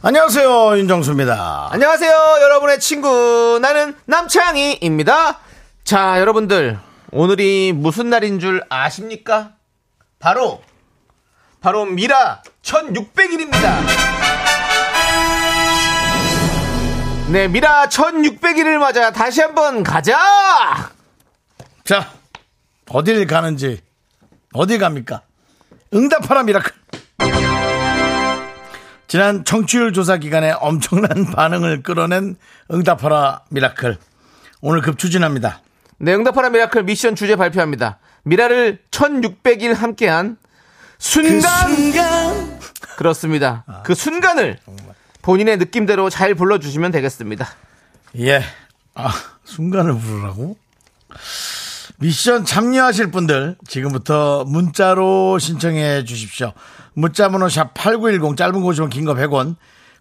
안녕하세요 윤정수입니다. 안녕하세요, 여러분의 친구. 나는 남창희입니다. 자, 여러분들. 오늘이 무슨 날인 줄 아십니까? 바로, 바로 미라 1600일입니다. 네, 미라 1600일을 맞아 다시 한번 가자! 자 어딜 가는지 어디 갑니까? 응답하라 미라클. 지난 청취율 조사 기간에 엄청난 반응을 끌어낸 응답하라 미라클. 오늘 급추진합니다. 네, 응답하라 미라클 미션 주제 발표합니다. 미라를 1600일 함께한 그 순간! 순간 그렇습니다. 그 순간을 본인의 느낌대로 잘 불러주시면 되겠습니다. 예. 아, 순간을 부르라고? 미션 참여하실 분들 지금부터 문자로 신청해 주십시오. 문자 번호 샵 8910 짧은 거 50원 긴거 100원.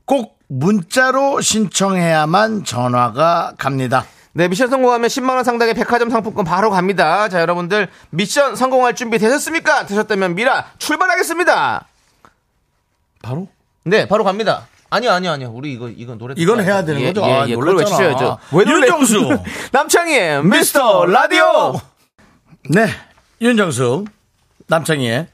꼭 문자로 신청해야만 전화가 갑니다. 네, 미션 성공하면 10만원 상당의 백화점 상품권 바로 갑니다. 자, 여러분들, 미션 성공할 준비 되셨습니까? 되셨다면 미라 출발하겠습니다. 바로? 네, 바로 갑니다. 아니요, 아니요, 아니요. 우리 이거, 이거 노래. 이건 듣고 해야 와서. 되는 예, 거죠? 예, 아, 예, 그걸 놀랐잖아. 외치셔야죠. 왜 놀래- 윤정수. 남창희의 미스터 라디오! 네. 윤정수 남창희의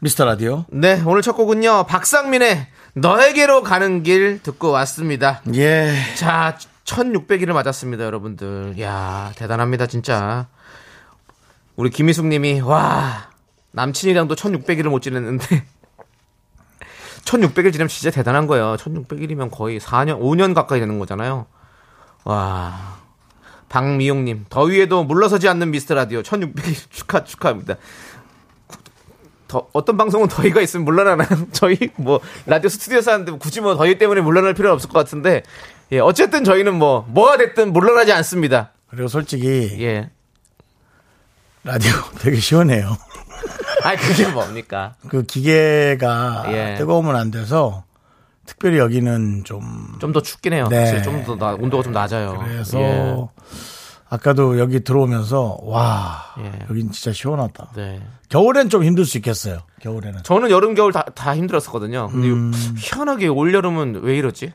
미스터 라디오. 네, 오늘 첫 곡은요, 박상민의 너에게로 가는 길 듣고 왔습니다. 예. 자, 1600일을 맞았습니다, 여러분들. 야, 대단합니다, 진짜. 우리 김희숙 님이 와, 남친이랑도 1600일을 못 지냈는데 1600일 지내면 진짜 대단한 거예요. 1600일이면 거의 4년, 5년 가까이 되는 거잖아요. 와. 박미용 님, 더위에도 물러서지 않는 미스터 라디오 1600일 축하 축하합니다. 더, 어떤 방송은 더위가 있으면 물러나나요? 저희 뭐 라디오 스튜디오 사는데 굳이 뭐 더위 때문에 물러날 필요는 없을 것 같은데 예 어쨌든 저희는 뭐 뭐가 됐든 물러나지 않습니다. 그리고 솔직히 예. 라디오 되게 시원해요. 아 그게 뭡니까? 그 기계가 예. 뜨거우면 안 돼서 특별히 여기는 좀 좀 더 춥긴 해요. 네. 사실 좀더 나- 온도가 좀 낮아요. 그래서 예. 아까도 여기 들어오면서 와 예. 여긴 진짜 시원하다. 네. 겨울엔 좀 힘들 수 있겠어요. 겨울에는 저는 여름 겨울 다, 다 힘들었었거든요. 근데 음. 희한하게 올 여름은 왜 이러지?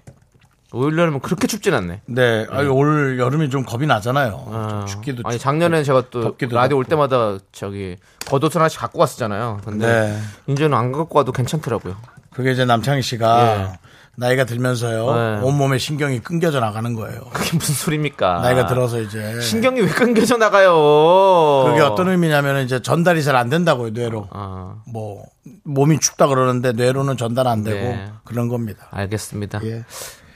올 여름은 그렇게 춥진 않네. 예. 네, 아유, 올 여름이 좀 겁이 나잖아요. 아, 좀 춥기도 아니 춥고. 작년에 제가 또 덥기도 라디오 올 덥고. 때마다 저기 겉옷을 하나씩 갖고 왔었잖아요. 근데 네. 이제는 안 갖고 와도 괜찮더라고요. 예. 그게 이제 남창희 씨가 나이가 들면서요 네. 온 몸에 신경이 끊겨져 나가는 거예요. 그게 무슨 소리입니까? 나이가 들어서 이제 아. 신경이 왜 끊겨져 나가요? 그게 어떤 의미냐면 이제 전달이 잘 안 된다고요 뇌로. 아, 뭐 몸이 춥다 그러는데 뇌로는 전달 안 되고 네. 그런 겁니다. 알겠습니다. 예.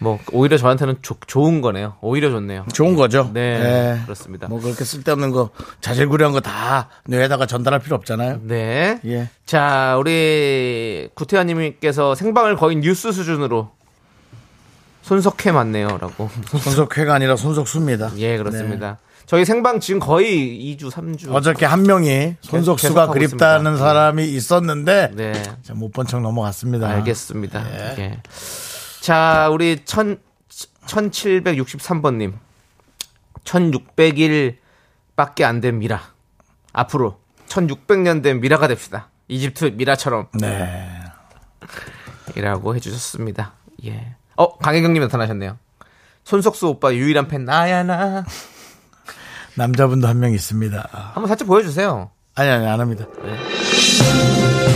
뭐 오히려 저한테는 조- 좋은 거네요. 오히려 좋네요. 좋은 거죠. 네, 예. 그렇습니다. 뭐 그렇게 쓸데없는 거 자질구레한 거 다 뇌에다가 전달할 필요 없잖아요. 네. 예. 자, 우리 구태환님께서 생방을 거의 뉴스 수준으로 손석해 맞네요라고. 손석회가 아니라 손석수입니다. 예, 네. 그렇습니다. 저희 생방 지금 거의 2주, 3주. 어저께 한 명이 손석수가 계속하고 그립다는 있습니다. 음. 사람이 있었는데 네, 못 본 척 넘어갔습니다. 알겠습니다. 예. 자, 우리 천 1763번님. 1600일밖에 안 된 미라. 앞으로 1600년 된 미라가 됩시다. 이집트 미라처럼. 네. 이라고 해주셨습니다. 예. 어, 강혜경님 나타나셨네요. 손석수 오빠 유일한 팬 나야 나. 남자분도 한 명 있습니다. 아, 한번 살짝 보여주세요. 아니 아니 안 합니다. 네.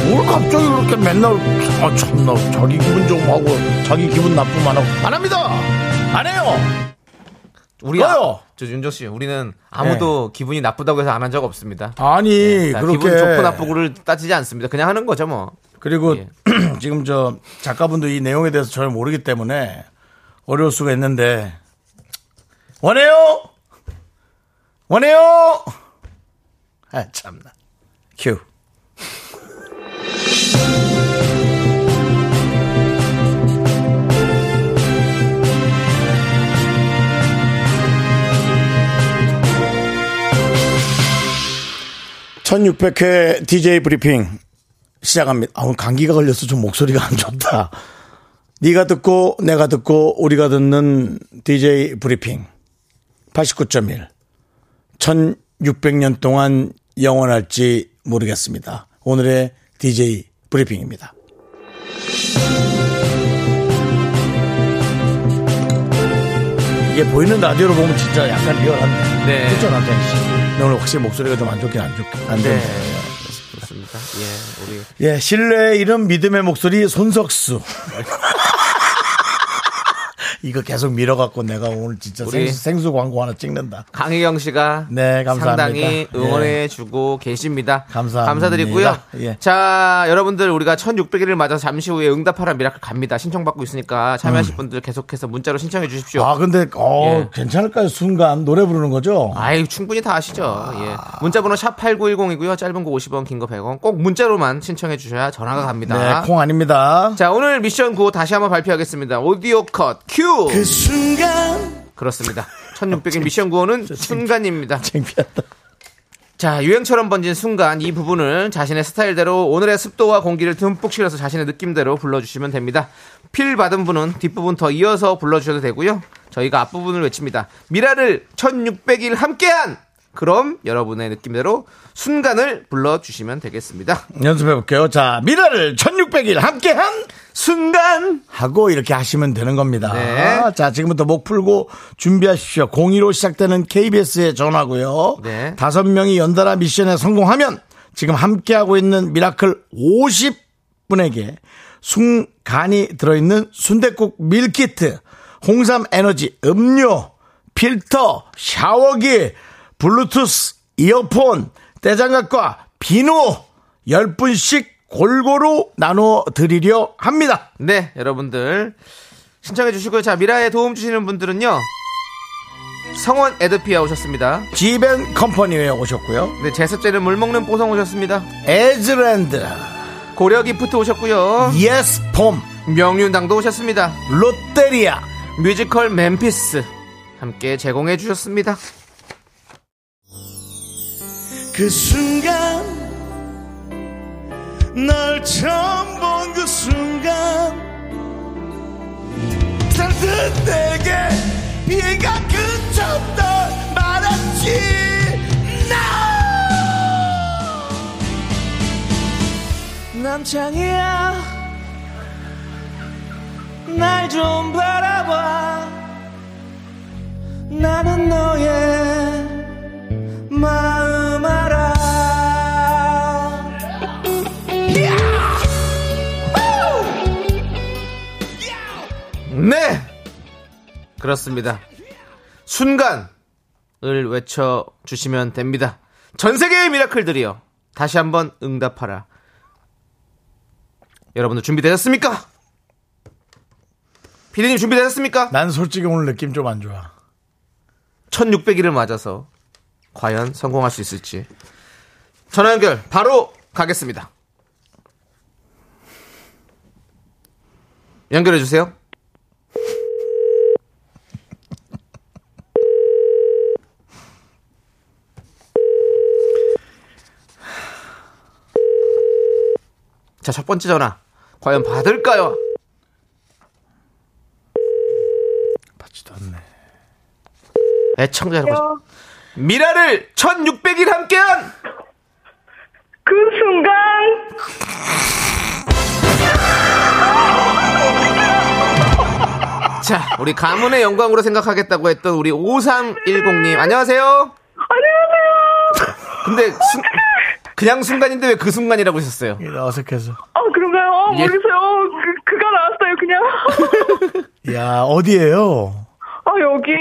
뭘 갑자기 그렇게 맨날 아 참나 자기 기분 좋음하고 자기 기분 나쁨만 하고 안 합니다. 안 해요. 우리 꺼요! 네. 아- 저 윤정 씨, 우리는 아무도 기분이 나쁘다고 해서 안 한 적 없습니다. 아니 자, 그렇게 네, 그러니까 기분 좋고 나쁘고를 따지지 않습니다. 그냥 하는 거죠 뭐. 그리고 예. 지금 저 작가분도 이 내용에 대해서 전혀 모르기 때문에 어려울 수가 있는데 원해요 원해요 아 참나 큐 1600회 DJ 브리핑 시작합니다. 아, 오늘 감기가 걸려서 좀 목소리가 안 좋다. 네가 듣고 내가 듣고 우리가 듣는 DJ 브리핑 89.1 1600년 동안 영원할지 모르겠습니다. 오늘의 DJ 브리핑입니다. 이게 보이는 라디오로 보면 진짜 약간 리얼한데. 네. 그렇죠, 남자 씨. 근데 오늘 확실히 목소리가 좀 안 좋긴 안 좋긴 안 네. 좋네. 그렇습니다. 예, 우리 예, 신뢰의 이름 믿음의 목소리 손석수. 이거 계속 밀어갖고 내가 오늘 진짜 우리- 생수, 생수 광고 하나 찍는다. 강희경 씨가 네, 감사합니다. 상당히 예. 응원해주고 계십니다. 감사합니다. 감사드리고요. 예. 자, 여러분들 우리가 1,600일을 맞아 서 잠시 후에 응답하라 미라클 갑니다. 신청받고 있으니까 참여하실 분들 계속해서 문자로 신청해 주십시오. 음. 아, 근데, 어, 예. 괜찮을까요? 순간 노래 부르는 거죠? 아이 충분히 다 아시죠. 예. 문자번호 샵 #8910이고요. 짧은 거 50원, 긴 거 100원. 꼭 문자로만 신청해 주셔야 전화가 갑니다. 네, 콩 아닙니다. 자 오늘 미션 9 다시 한번 발표하겠습니다. 오디오 컷 큐. 그 순간. 그렇습니다. 1600일 미션 9호는 순간입니다. 창피하다. 자 유행처럼 번진 순간 이 부분을 자신의 스타일대로 오늘의 습도와 공기를 듬뿍 실어서 자신의 느낌대로 불러주시면 됩니다. 필 받은 분은 뒷부분 더 이어서 불러주셔도 되고요. 저희가 앞부분을 외칩니다. 미라를 1600일 함께한 그럼 여러분의 느낌대로 순간을 불러주시면 되겠습니다. 연습해볼게요. 자, 미라를 1600일 함께한 순간 하고 이렇게 하시면 되는 겁니다. 네. 자, 지금부터 목 풀고 준비하십시오. 02로 시작되는 KBS의 전화고요. 네. 다섯 명이 연달아 미션에 성공하면 지금 함께하고 있는 미라클 50분에게 순간이 들어있는 순댓국 밀키트, 홍삼 에너지 음료, 필터, 샤워기, 블루투스 이어폰, 떼장갑과 비누 10분씩 골고루 나눠 드리려 합니다. 네, 여러분들 신청해 주시고요. 자, 미라에 도움 주시는 분들은요. 성원 에드피아 오셨습니다. 지벤 컴퍼니에 오셨고요. 네, 제습제는 물 먹는 뽀성 오셨습니다. 에즈랜드, 고려 기프트 오셨고요. 예스폼, 명륜당도 오셨습니다. 롯데리아. 뮤지컬 멤피스 함께 제공해 주셨습니다. 그 순간 널 처음 본 그 순간 잔뜩 내게 비가 그쳤던 말았지 남창이야 날 좀 바라봐 나는 너의 마음 알아 네! 그렇습니다. 순간을 외쳐 주시면 됩니다. 전 세계의 미라클들이요. 다시 한번 응답하라. 여러분들 준비되셨습니까? 피디님 준비되셨습니까? 난 솔직히 오늘 느낌 좀 안 좋아 1600일을 맞아서 과연 성공할 수 있을지. 전화 연결 바로 가겠습니다. 연결해 주세요. 자, 첫 번째 전화. 과연 받을까요? 받지도 않네 애청자 여러분. 미라를 1600일 함께한 그 순간 자, 우리 가문의 영광으로 생각하겠다고 했던 우리 5310님, 안녕하세요. 안녕하세요. 근데, 순- 그냥 순간인데 왜 그 순간이라고 하셨어요? 예, 어색해서 어 그런가요? 어 예. 모르겠어요. 어, 그, 그가 나왔어요 그냥. 야 어디에요 아 여기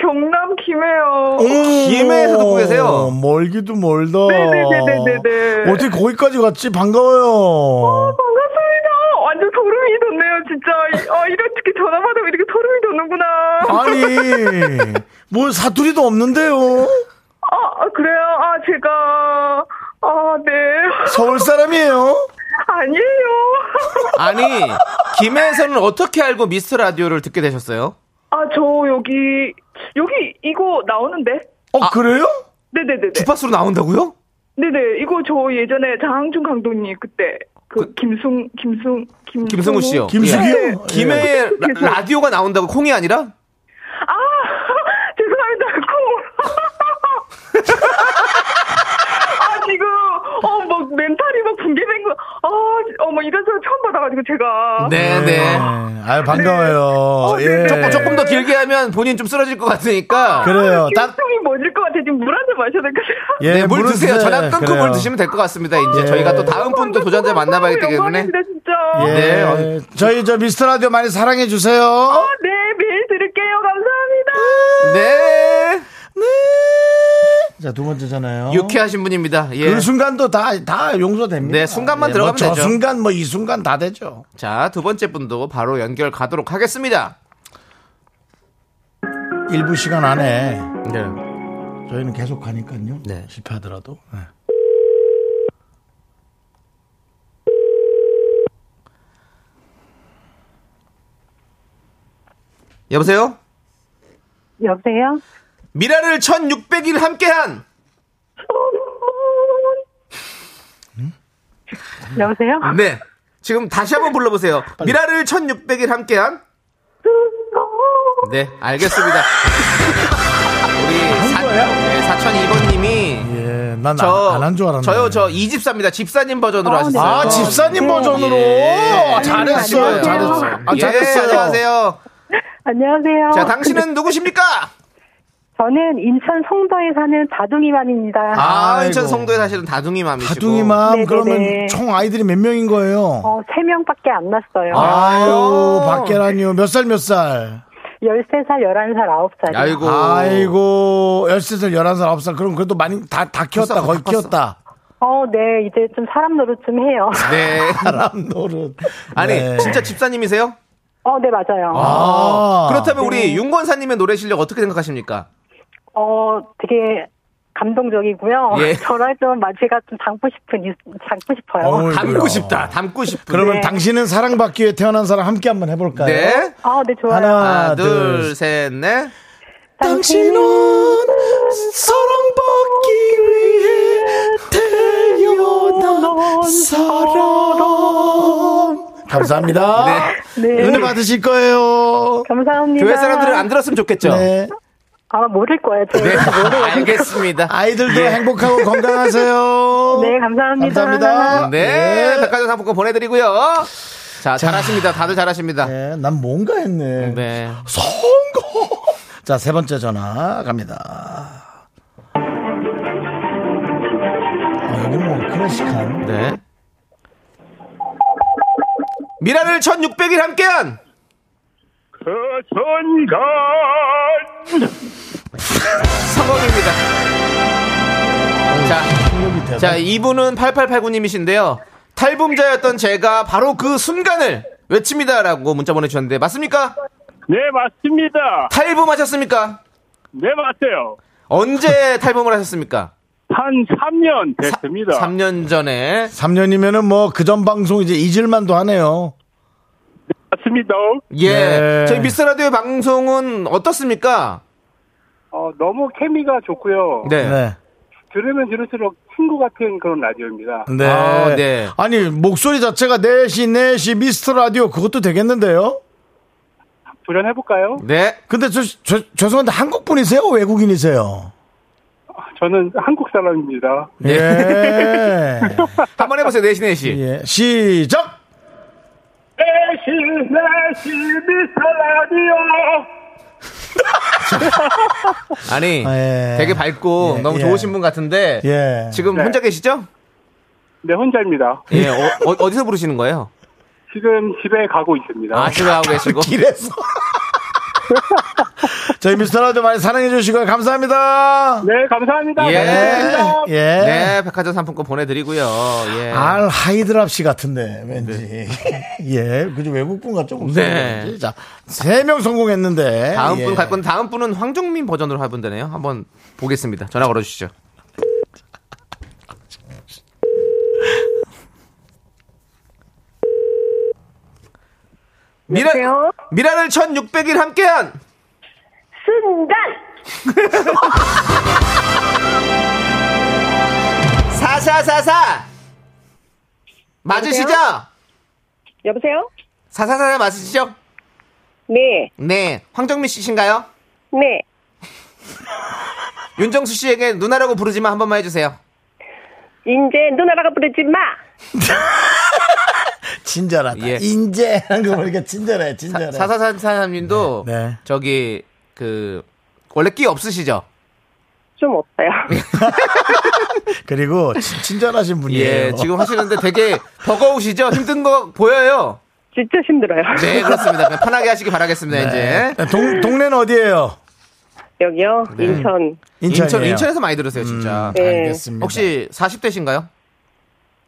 경남 김해요. 어, 김해에 살고 계세요? 멀기도 멀다 네네네네네네. 어떻게 거기까지 갔지 반가워요 반갑습니다. 완전 소름이 돋네요 진짜. 아 이렇게 전화 받으면 이렇게 소름이 돋는구나. 아니 뭐 사투리도 없는데요 아, 아, 그래요? 아 제가 아 네. 서울 사람이에요 아니에요. 아니, 김해에서는 어떻게 알고 미스 라디오를 듣게 되셨어요? 아 저 여기 여기 이거 나오는데. 어 그래요? 아, 네네네네. 주파수로 나온다고요? 네네 이거 저 예전에 장항준 감독님 그때 그, 그- 김승 김승 김 김승우 씨요. 김숙이요? 네. 예. 김에 라- 계속- 라디오가 나온다고 콩이 아니라 아 죄송합니다 콩. 아 지금 어막 멘탈이 막 붕괴된 거아어뭐 이런 소리 처음 받아가지고 제가 네네. 아유, 어, 반가워요. 네. 예. 조금 조금 더 길게 하면 본인 좀 쓰러질 것 같으니까. 아, 그래요. 딱, 아, 김승이 뭐질 것 같아 지금 물 한 잔 마셔야 될 것 같아요. 예, 네, 물 물은 드세요. 드세요. 전화 끊고 그래요. 물 드시면 될 것 같습니다. 이제 예. 저희가 또 다음 분도 도전자 만나봐야 되기 때문에. 영광입니다, 진짜. 예. 네, 어. 저희 저 미스터 라디오 많이 사랑해 주세요. 네, 매일 들을게요. 감사합니다. 네. 자, 두 번째 전화요. 유쾌하신 분입니다. 예. 그 순간도 다, 다 용서됩니다. 네, 순간만 들어가면 뭐 되죠. 저 순간, 뭐 이 순간 다 되죠. 자, 두 번째 분도 바로 연결 가도록 하겠습니다. 일부 시간 안에 네. 저희는 계속 가니까요. 네. 실패하더라도. 네. 여보세요? 여보세요? 미라를 1600일 함께한 여보세요? 네. 지금 다시 한번 불러보세요. 미라를 1600일 함께한 네, 알겠습니다. 우리 사, 네, 4002번님이 예, 난 저 안 한 줄 알았는데. 저요 저 이집사입니다. 집사님 버전으로 어, 네. 하셨어요. 아, 집사님 네. 버전으로. 예. 아, 잘했어요. 안녕하세요. 잘했어요. 아, 예, 잘했어요. 안녕하세요. 안녕하세요. 자, 당신은 누구십니까? 저는 인천 송도에 사는 다둥이만입니다. 아, 아이고. 인천 성도에 사시는 다둥이 맘이시고. 다둥이맘 네네네. 그러면 총 아이들이 몇 명인 거예요? 어, 세명밖에안 났어요. 아. 아유, 밖에라니요. 몇 살, 몇 살? 13살, 11살, 9살. 아이고. 아이고, 13살, 11살, 9살. 그럼 그래도 많이 다, 다 키웠다. 컸어, 거의 컸어. 키웠다. 어, 네. 이제 좀 사람 노릇 좀 해요. 네. 사람 노릇. 아니, 네. 진짜 집사님이세요? 어, 네, 맞아요. 아. 그렇다면 우리 윤권사님의 노래 실력 어떻게 생각하십니까? 어, 되게 감동적이고요. 예. 저랑 좀 마치가 좀 담고 싶은, 이- 담고 싶어요. 어이. 담고 그래요. 싶다. 담고 싶다. 그러면 네. 당신은 사랑받기 위해 태어난 사람 함께 한번 해볼까요? 네. 아, 네, 좋아요. 하나, 하나, 둘, 둘, 셋, 넷. 당신은 사랑받기 위해 태어난 사람. 감사합니다. 네. 은혜 받으실 거예요. 감사합니다. 교회 사람들은 안 들었으면 좋겠죠? 네. 아마 모를 거예요. 제가 네. 모르거든요. 알겠습니다. 네. 아이들도 행복하고 건강하세요. 네, 감사합니다. 감사합니다. 네. 네. 백화점 상품권 보내드리고요. 자, 잘하십니다. 다들 잘하십니다. 네, 난 뭔가 했네. 네. 성공! 자, 세 번째 전화 갑니다. 아, 여기 뭐 클래식한. 네. 미라를 1600일 함께한 그 순간 성공입니다. 자, 충격이 되다. 자, 이분은 8889님이신데요. 탈북자였던 제가 바로 그 순간을 외칩니다라고 문자 보내주셨는데 맞습니까? 네 맞습니다 탈북하셨습니까? 네 맞아요 언제 탈북을 하셨습니까? 한 3년 됐습니다 네. 3년 전에 3년이면은 뭐 그 전 방송 이제 잊을만도 하네요. 맞습니다 예 네. 저희 미스 라디오의 방송은 어떻습니까? 어, 너무 케미가 좋고요. 네. 네. 들으면 들을수록 친구 같은 그런 라디오입니다. 네. 아, 네. 아니, 목소리 자체가 4시, 4시 미스터 라디오 그것도 되겠는데요? 도전해볼까요? 네. 근데 저, 저- 죄송한데 한국 분이세요? 외국인이세요? 저는 한국 사람입니다. 예. 한번 해보세요 내시 내시. 예. 시작! 4시, 4시, 미스터 라디오. 아니 예. 되게 밝고 예, 너무 예. 좋으신 분 같은데 예. 지금 혼자 계시죠? 네, 혼자입니다. 예. 어, 디서 부르시는 거예요? 지금 집에 가고 있습니다. 아 지금 하고 계시고. 길에서. 저희 미스터 라디오 많이 사랑해 주시고요. 감사합니다. 네, 감사합니다. 예. 감사합니다. 예. 아, 네 백화점 상품권 보내드리고요. 예. 알 하이드랍 씨 같은데 왠지 예 그죠 외국분 같죠 네. 자세명 성공했는데 다음 예. 분 갈 건 다음 분은 황정민 버전으로 하면 되네요. 한번 보겠습니다. 전화 걸어주시죠. 미라, 여보세요? 미라를 1600일 함께한 순간! 사사사사 맞으시죠? 여보세요? 사사사사 맞으시죠? 네. 네 황정민 씨신가요? 네. 윤정수 씨에게 누나라고 부르지만 한 번만 해주세요. 이제 누나라고 부르지 마. 친절하다. 예. 인제 하는 거 보니까 친절해, 친절해. 사사사사님도 네, 네. 저기 그 원래 끼 없으시죠? 좀 없어요. 그리고 친- 친절하신 분이에요. 예, 지금 하시는데 되게 버거우시죠? 힘든 거 보여요. 진짜 힘들어요. 네, 그렇습니다. 그냥 편하게 하시기 바라겠습니다. 이제 네. 동, 동네는 어디예요? 여기요. 인천. 인천이에요. 네. 음, 인천 인천에서 많이 들으세요, 진짜. 네. 알겠습니다. 혹시 40대신가요?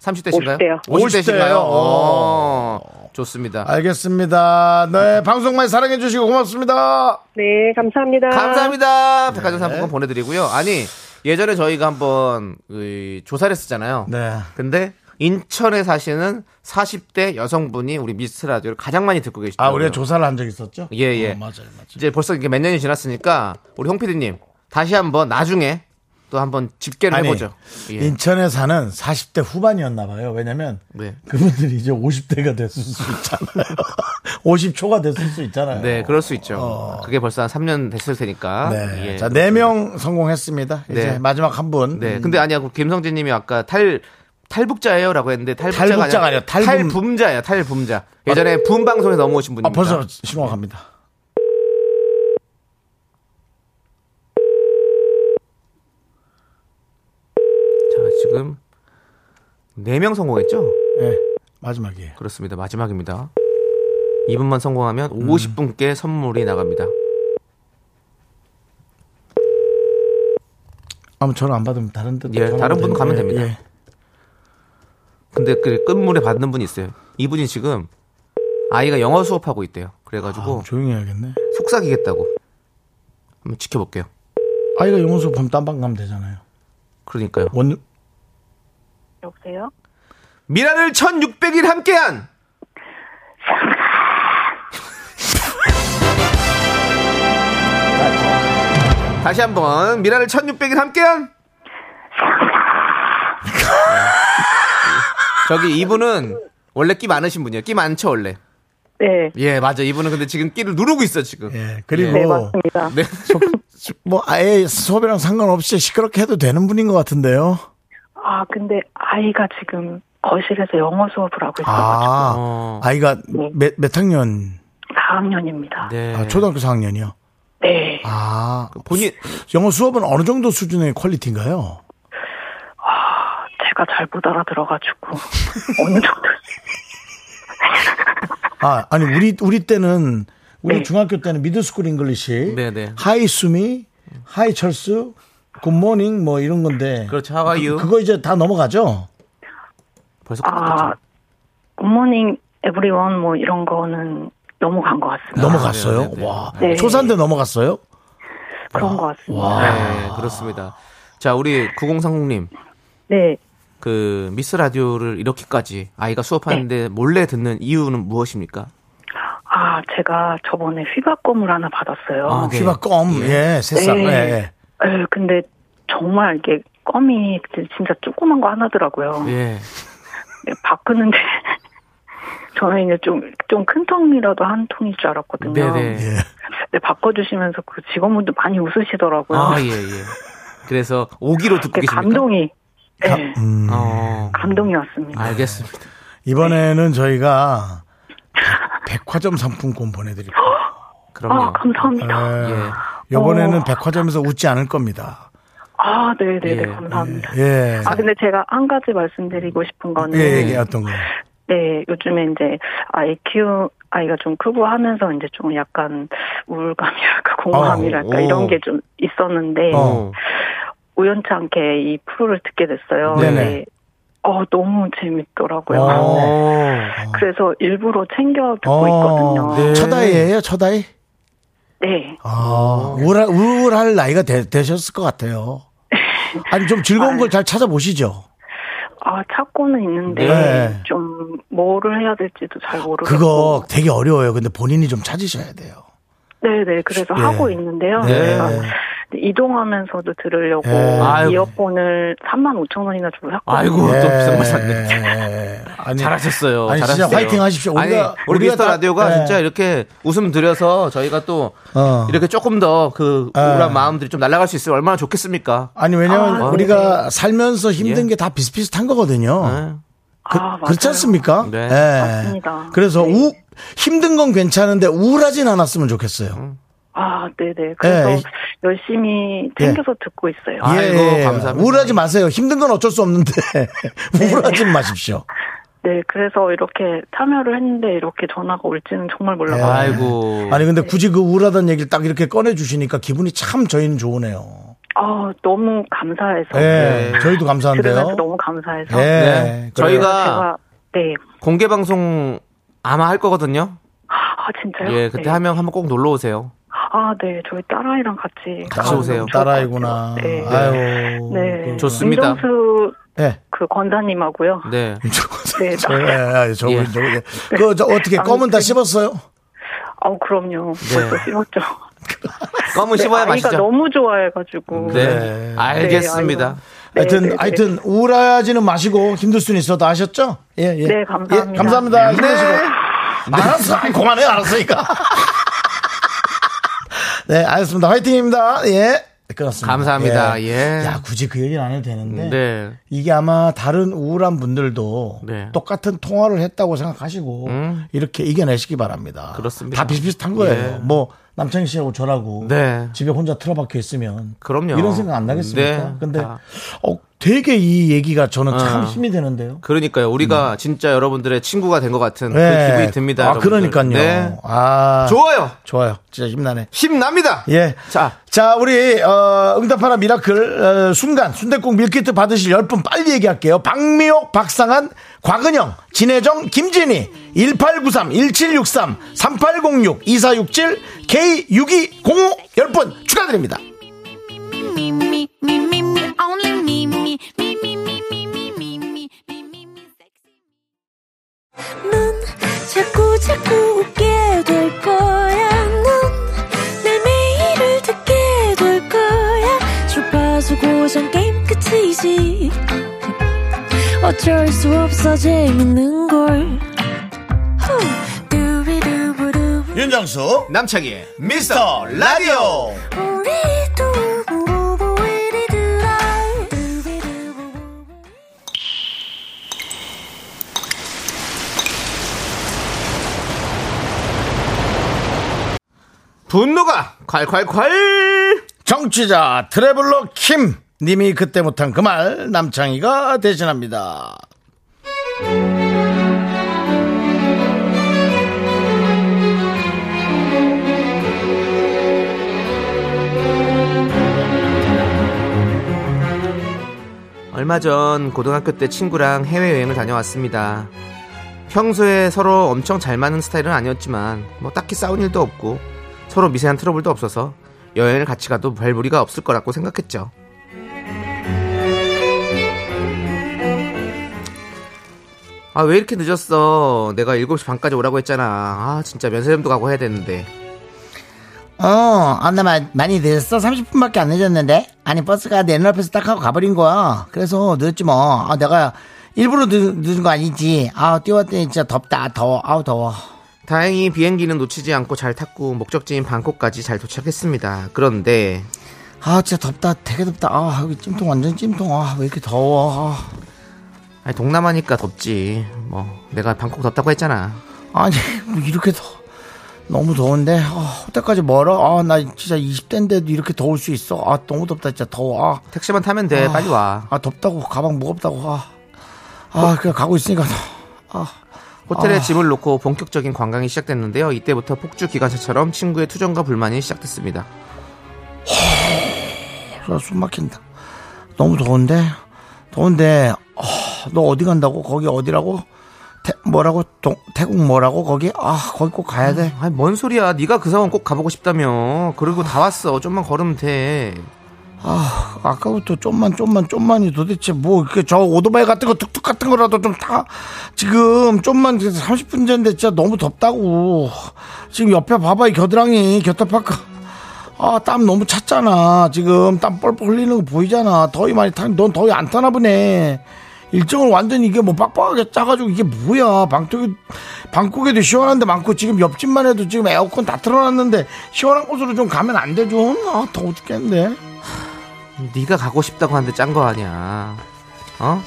30대신가요? 50대요. 50대신가요? 50대요. 어, 좋습니다. 알겠습니다. 네, 방송 많이 사랑해 주시고 고맙습니다. 네, 감사합니다. 네. 감사합니다. 백화점 상품권 보내드리고요. 아니 예전에 저희가 한번 그 조사를 했었잖아요. 네. 근데 인천에 사시는 40대 여성분이 우리 미스 라디오를 가장 많이 듣고 계시죠. 아, 우리가 조사를 한 적 있었죠? 예, 예. 어, 맞아요, 맞아요. 이제 벌써 이게 몇 년이 지났으니까 우리 홍 PD님 다시 한번 나중에 또 한번 집계를 아니, 해보죠. 예. 인천에 사는 40대 후반이었나 봐요. 왜냐면 네. 그분들이 이제 50대가 됐을 수 있잖아요. 50초가 됐을 수 있잖아요. 네, 그럴 수 있죠. 어. 그게 벌써 한 3년 됐을 테니까. 네. 예. 자, 네 명 성공했습니다. 이제 네. 마지막 한 분. 음. 네. 근데 아니야, 그 김성진 님이 아까 탈, 탈북자예요라고 했는데 탈북자가, 탈북자가 아니라 탈붐. 탈붐자예요. 탈붐자. 예전에 붐 방송에서 넘어오신 분입니다. 아, 벌써 신호가 갑니다. 자, 지금 4명 성공했죠? 네. 마지막이에요. 그렇습니다. 마지막입니다. 이분만 성공하면 음. 50분께 선물이 나갑니다. 아무 전화 안 받으면 다른 데 예, 다른 분은 가면 됩니다. 근데 그 끝물에 받는 분이 있어요. 이분이 지금 아이가 영어 수업하고 있대요. 그래가지고 아, 조용히 해야겠네. 속삭이겠다고. 한번 지켜볼게요. 아이가 영어 수업하면 딴방 가면 되잖아요. 그러니까요. 예. 원 여보세요? 미라를 1600일 함께한 다시 한번 미라를 1600일 함께한 저기 이분은 원래 끼 많으신 분이에요. 끼 많죠 원래. 네. 예 맞아 이분은 근데 지금 끼를 누르고 있어 지금. 예, 네, 그리고 맞습니다. 네. 뭐 아예 수업이랑 상관없이 시끄럽게 해도 되는 분인 것 같은데요. 아, 근데 아이가 지금 거실에서 영어 수업을 하고 있어가지고 아, 어. 아이가 네. 몇, 몇 학년? 4학년입니다. 네. 네. 아, 초등학교 4학년이요. 아, 본인 영어 수업은 어느 정도 수준의 퀄리티인가요? 제가 잘 못 알아들어가지고 어느 정도 아, 아니 우리 우리 때는 우리 네. 중학교 때는 미드스쿨 잉글리시, 네, 네. 하이 수미, 하이 철수, 굿모닝 뭐 이런 건데 그렇죠. How are you? 그거 이제 다 넘어가죠. 벌써 끝났죠. 아, 굿모닝 에브리원 뭐 이런 거는 넘어간 것 같습니다. 넘어갔어요. 네, 네, 네. 와, 네. 초산대 넘어갔어요. 그런 것 같습니다. 네, 그렇습니다. 자, 우리 9030님. 네. 그 미스 라디오를 이렇게까지 아이가 수업하는데 네. 몰래 듣는 이유는 무엇입니까? 아, 제가 저번에 휘바껌을 하나 받았어요. 아, 네. 휘바 껌, 예, 새싹, 네. 예, 예. 에, 근데 정말 이게 껌이 진짜 조그만 거 하나더라고요. 예. 네, 바꾸는데 저는 이제 좀 좀 큰 통이라도 한 통일 줄 알았거든요. 네네. 예. 근데 바꿔주시면서 그 직원분도 많이 웃으시더라고요. 아, 예, 예. 그래서 오기로 듣고 되게 뭐. 계십니까? 감동이 네, 음. 어. 감동이 왔습니다. 알겠습니다. 이번에는 저희가 백화점 상품권 보내드릴게요. 아, 어. 그럼요. 감사합니다. 예. 이번에는 백화점에서 웃지 않을 겁니다. 아, 네, 네, 예. 네, 감사합니다. 예. 아, 근데 제가 한 가지 말씀드리고 싶은 거는 예, 예, 어떤 거. 네, 요즘에 이제 아이 키우 아이가 좀 크고 하면서 이제 좀 약간 우울감이랄까 공허함이랄까 어, 이런 어. 게 좀 있었는데 아, 어. 우연치 않게 이 프로를 듣게 됐어요. 네네. 근데 어 너무 재밌더라고요. 네. 어. 그래서 일부러 챙겨 듣고 어, 있거든요. 네. 첫아이예요 첫아이? 아, 우울할, 우울할 나이가 되, 되셨을 것 같아요. 아니, 좀 즐거운 걸 잘 찾아보시죠. 아 찾고는 있는데 네. 좀 뭐를 해야 될지도 잘 모르겠고. 그거 되게 어려워요. 근데 본인이 좀 찾으셔야 돼요. 네네 그래서 예. 하고 있는데요. 네. 제가 이동하면서도 들으려고 예. 아이고. 이어폰을 3만 5천 원이나 주고 샀고 아이고 또 비싼 걸 샀네. 예. 아니, 잘하셨어요. 아니, 잘하셨어요. 진짜 화이팅 하십시오. 우리가- 아니, 우리 우리가 미스터 다- 라디오가 예. 진짜 이렇게 웃음 드려서 저희가 또 어. 이렇게 조금 더 그 예. 우울한 마음들이 좀 날아갈 수 있으면 얼마나 좋겠습니까? 아니 왜냐면 아, 우리가 살면서 힘든 예. 게 다 비슷비슷한 거거든요. 예. 그, 아, 맞아요. 그렇지 않습니까? 네. 예. 맞습니다. 그래서 네. 우, 힘든 건 괜찮은데 우울하진 않았으면 음. 좋겠어요. 아, 네네. 그래서 예. 열심히 챙겨서 듣고 있어요. 아. 아이고, 감사합니다. 우울하지 마세요. 힘든 건 어쩔 수 없는데 우울하지 마십시오. 네, 그래서 이렇게 참여를 했는데 이렇게 전화가 올지는 정말 예. 몰랐어요. 아이고. 아니 근데 굳이 그 우울하다는 얘기를 딱 이렇게 꺼내 주시니까 기분이 참 저희는 좋으네요. 아, 너무 감사해서. 예. 저희도 들으면서 감사한데요. 너무 감사해서. 예. 네. 그래요. 저희가 제가, 네. 공개 방송 아마 할 거거든요. 아, 진짜요? 예, 그때 네. 하면 한번 꼭 놀러 오세요. 아, 네. 저희 딸아이랑 같이. 같이 가면 오세요. 좋을 것 딸아이구나. 같아요. 네. 아유. 네. 좋습니다. 윤정수 예. 그 권사님하고요. 네. 네. 저, 예, 예, 저, 예. 저, 예. 그, 저, 어떻게, 껌은 다 씹었어요? 아우, 아, 그럼요. 네. 벌써 씹었죠. 검은 네, 네. 씹어야 아이가 맛있죠. 너무 좋아해가지고. 네. 네. 알겠습니다. 네, 하여튼, 네, 네. 하여튼, 우울하지는 마시고, 힘들 수는 있어도 아셨죠? 예, 예. 네, 감사합니다. 예, 감사합니다. 힘내시고. 알았어. 아이, 그만해요. 알았으니까. 네, 알겠습니다. 화이팅입니다. 예. 네, 끊었습니다. 감사합니다. 예. 야, 굳이 그 얘기는 안 해도 되는데. 네. 이게 아마 다른 우울한 분들도 네. 똑같은 통화를 했다고 생각하시고 음. 이렇게 이겨내시기 바랍니다. 그렇습니다. 다 비슷비슷한 거예요. 예. 뭐 남창희 씨하고 저라고 네. 집에 혼자 틀어박혀 있으면 그럼요. 이런 생각 안 나겠습니까? 네, 근데 다. 어, 되게 이 얘기가 저는 참 어. 힘이 되는데요. 그러니까요. 우리가 진짜 여러분들의 친구가 된 것 같은 음. 네. 그 기분이 듭니다. 아, 여러분들. 그러니까요. 네. 아, 좋아요. 좋아요. 진짜 힘나네. 힘납니다. 예. 자, 자, 우리, 어, 응답하라 미라클, 어, 순간, 순대국 밀키트 받으실 10분 빨리 얘기할게요. 박미옥, 박상한, 곽은영, 진혜정, 김진희, 1893, 1763, 3806, 2467, K6205, 10분 축하드립니다. me, me, me, me, me, only me, me, me, me, me, me, me, me, me, me, me, me, sexy. 넌 자꾸 자꾸 웃게 될 거야. 넌내 매일을 듣게 될 거야. 주파수 고정 게임 끝이지. 어쩔 수 없어 재밌는 걸. 후. 두비두부두. 윤정수, 남창희의 미스터 라디오. 우리 두부부부 뭐 우리 두라. 두비두부부. 분노가 콸콸콸! 정취자 트래블러 킴 님이 그때 못한 그 말 남창희가 대신합니다. 얼마 전 고등학교 때 친구랑 해외여행을 다녀왔습니다. 평소에 서로 엄청 잘 맞는 스타일은 아니었지만 뭐 딱히 싸운 일도 없고 서로 미세한 트러블도 없어서 여행을 같이 가도 별 무리가 없을 거라고 생각했죠. 아 왜 이렇게 늦었어? 내가 7시 반까지 오라고 했잖아. 아 진짜 면세점도 가고 해야 되는데. 어, 아, 나 마- 많이 늦었어? 30분밖에 안 늦었는데? 아니, 버스가 내 눈앞에서 딱 하고 가버린 거야. 그래서 늦었지 뭐. 아, 내가 일부러 늦, 늦은 거 아니지. 아, 뛰어왔더니 진짜 덥다. 더워. 아우, 더워. 다행히 비행기는 놓치지 않고 잘 탔고 목적지인 방콕까지 잘 도착했습니다. 그런데 아, 진짜 덥다. 되게 덥다. 아, 여기 찜통 완전 찜통. 아, 왜 이렇게 더워. 아니 동남아니까 덥지 뭐 내가 방콕 덥다고 했잖아 아, 아니, 뭐 이렇게 더워. 너무 더운데? 아, 호텔까지 멀어? 아, 나 진짜 20대인데도 이렇게 더울 수 있어. 아, 너무 덥다. 진짜 더워. 아. 택시만 타면 돼 빨리 와 아, 덥다고. 가방 무겁다고. 아, 아 그냥 가고 있으니까. 아. 호텔에 짐을 놓고 본격적인 관광이 시작됐는데요 이때부터 폭주 기관차처럼 친구의 투정과 불만이 시작됐습니다 나 숨막힌다. 너무 더운데? 더운데, 아, 너 어디 간다고? 거기 어디라고? 태, 뭐라고? 동- 태국 뭐라고? 거기? 아, 거기 꼭 가야 돼. 아니 뭔 소리야 네가 그 상황 꼭 가보고 싶다며 그리고 다 왔어 좀만 걸으면 돼 아, 아까부터 좀만, 좀만, 좀만이 도대체 뭐, 이렇게 저 오토바이 같은 거, 툭툭 같은 거라도 좀 타. 지금 좀만, 30분 전인데 진짜 너무 덥다고. 지금 옆에 봐봐, 이 겨드랑이, 겨터파크. 아, 땀 너무 찼잖아. 지금 땀 뻘뻘 흘리는 거 보이잖아. 더위 많이 타는, 넌 더위 안 타나 보네. 일정을 완전히 이게 뭐 빡빡하게 짜가지고 이게 뭐야. 방쪽에, 방콕에도 시원한데 많고 지금 옆집만 해도 지금 에어컨 다 틀어놨는데 시원한 곳으로 좀 가면 안 돼, 좀. 아, 더워 죽겠는데. 네가 가고 싶다고 하는데 짠 거 아니야. 어?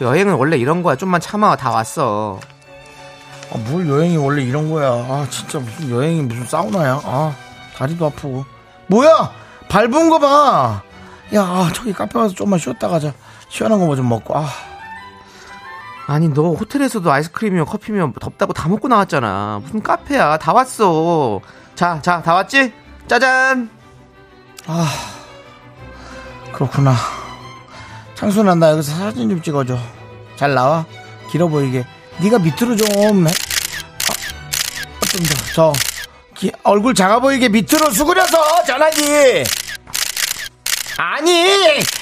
여행은 원래 이런 거야. 좀만 참아. 다 왔어. 아, 뭘 여행이 원래 이런 거야. 아, 진짜 무슨 여행이 무슨 사우나야. 아, 다리도 아프고. 뭐야! 밟은 거 봐! 야, 아, 저기 카페 가서 좀만 쉬었다 가자. 시원한 거 뭐 좀 먹고. 아, 아니 너 호텔에서도 아이스크림이면 커피면 덥다고 다 먹고 나왔잖아. 무슨 카페야. 다 왔어. 자, 자, 다 왔지? 짜잔. 그렇구나. 창순아, 나 여기서 사진 좀 찍어줘. 잘 나와. 길어 보이게. 네가 밑으로 좀. 해. 아, 좀 더. 저. 기- 얼굴 작아 보이게 밑으로 수그려서 전화기. 아니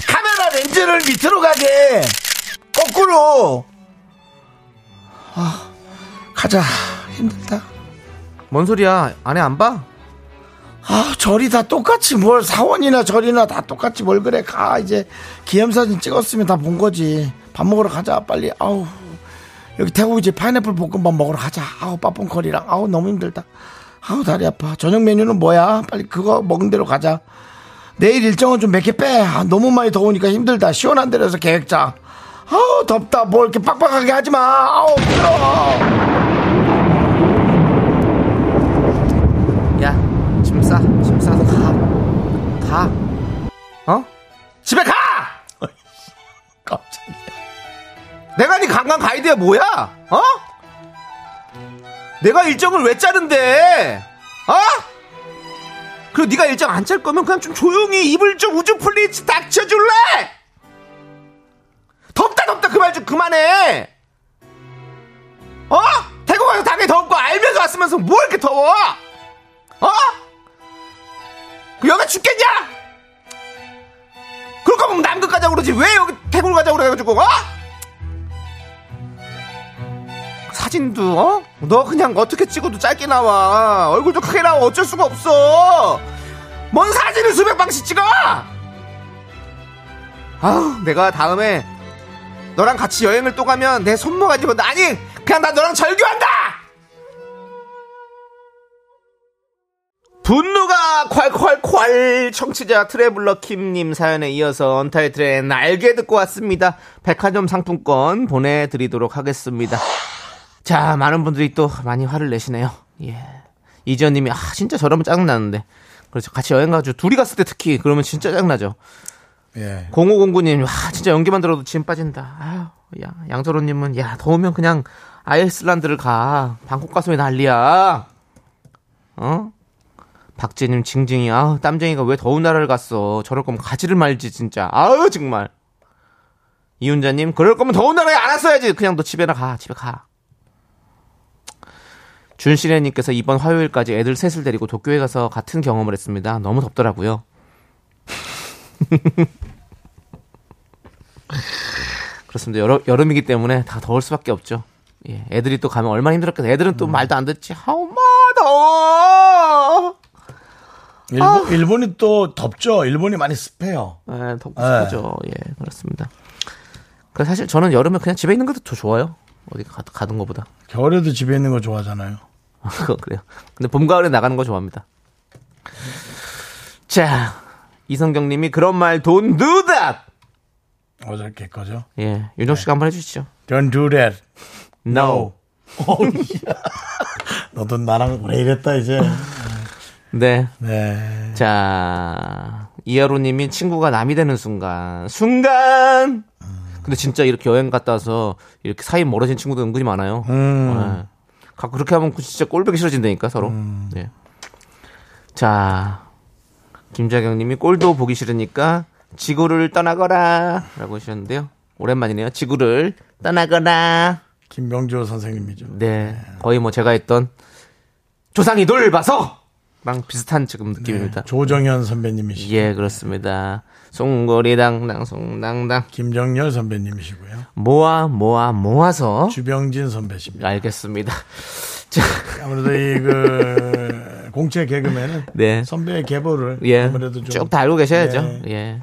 카메라 렌즈를 밑으로 가게. 거꾸로. 아 가자. 힘들다. 뭔 소리야? 안에 안 봐? 아, 절이 다 똑같이 뭘 사원이나 절이나 다 똑같이 뭘 그래 가 이제 기념사진 찍었으면 다 본 거지 밥 먹으러 가자 빨리 아우 여기 태국 이제 파인애플 볶음밥 먹으러 가자 아우 빠뽕거리랑 아우 너무 힘들다 아우 다리 아파 저녁 메뉴는 뭐야 빨리 그거 먹은 대로 가자 내일 일정은 좀 몇 개 빼 아, 너무 많이 더우니까 힘들다 시원한 데로 해서 계획 짜 아우 덥다 뭘 이렇게 빡빡하게 하지마 아우 부러워 야, 짐 싸. 짐 싸서 가. 가. 어? 집에 가! 깜짝이야 내가 네 관광 가이드야 뭐야? 어? 내가 일정을 왜 짜는데? 어? 그리고 네가 일정 안 짤 거면 그냥 좀 조용히 입을 좀 우주플리츠 닥쳐줄래? 덥다 덥다 그 말 좀 그만해. 어? 태국 가서 당연히 더운 거 알면서 왔으면서 뭐 이렇게 더워? 어? 그 여기 죽겠냐? 그럴 거면 남극 가자고 그러지 왜 여기 태국 가자고 그래가지고 어? 사진도 어? 너 그냥 어떻게 찍어도 짧게 나와 얼굴도 크게 나와 어쩔 수가 없어 뭔 사진을 수백 방씩 찍어 아우 내가 다음에 너랑 같이 여행을 또 가면 내 손목 아니면 아니 그냥 나 너랑 절교한다 분노가 콸콸콸 청취자 트래블러 킴님 사연에 이어서 언타이틀의 날개 듣고 왔습니다 백화점 상품권 보내드리도록 하겠습니다 자, 많은 분들이 또 많이 화를 내시네요. 예. 이지연님이, 아, 진짜 저러면 짜증나는데. 그렇죠. 같이 여행 가죠. 둘이 갔을 때 특히, 그러면 진짜 짜증나죠. 예 0509님, 와, 진짜 연기만 들어도 진 빠진다. 아유, 야, 양서로님은, 야, 더우면 그냥 아이슬란드를 가. 방콕 가서 왜 난리야. 어? 박재님, 징징이, 아우, 땀쟁이가 왜 더운 나라를 갔어. 저럴 거면 가지를 말지, 진짜. 아우, 정말. 이훈자님, 그럴 거면 더운 나라에 안 왔어야지. 그냥 너 집에나 가, 집에 가. 준시래님께서 이번 화요일까지 애들 셋을 데리고 도쿄에 가서 같은 경험을 했습니다. 너무 덥더라고요. 그렇습니다. 여름, 여름이기 때문에 다 더울 수밖에 없죠. 예, 애들이 또 가면 얼마나 힘들었겠어요. 애들은 음. 또 말도 안 듣지. 아, 엄마, 더워! 일본, 일본이 또 덥죠 일본이 많이 습해요 예, 아! 예. 덥고 습하죠. 예, 그렇습니다. 그 사실 저는 여름에 그냥 집에 있는 것도 더 좋아요. 어디 가, 가는 것보다. 겨울에도 집에 있는 거 좋아하잖아요. 그건 그래요. 근데 봄, 가을에 나가는 거 좋아합니다. 자, 이성경 님이 그런 말 돈 누답! 어저께 거죠. 예, 윤정 씨가 한번 해주시죠. 네. Don't do that. No. 너도 나랑 왜 이랬다 이제. 네. 네. 자, 이하로 님이 친구가 남이 되는 순간. 순간! 음. 근데 진짜 이렇게 여행 갔다 와서 이렇게 사이 멀어진 친구도 은근히 많아요. 음. 예. 가- 그렇게 하면 진짜 꼴보기 싫어진다니까, 서로. 음. 예. 자, 김자경 님이 꼴도 보기 싫으니까 지구를 떠나거라. 라고 하셨는데요. 오랜만이네요. 지구를 떠나거라. 김병조 선생님이죠. 네. 거의 뭐 제가 했던 조상이 돌 봐서! 랑 비슷한 지금 느낌입니다. 네, 조정현 선배님이시죠. 예, 그렇습니다. 송거리당당 송당당 김정열 선배님이시고요. 모아 모아 모아서 주병진 선배십니다. 알겠습니다. 자, 아무래도 이 그 공채 개그맨은 네. 선배의 계보를 예. 아무래도 좀 쭉다 알고 계셔야죠. 예.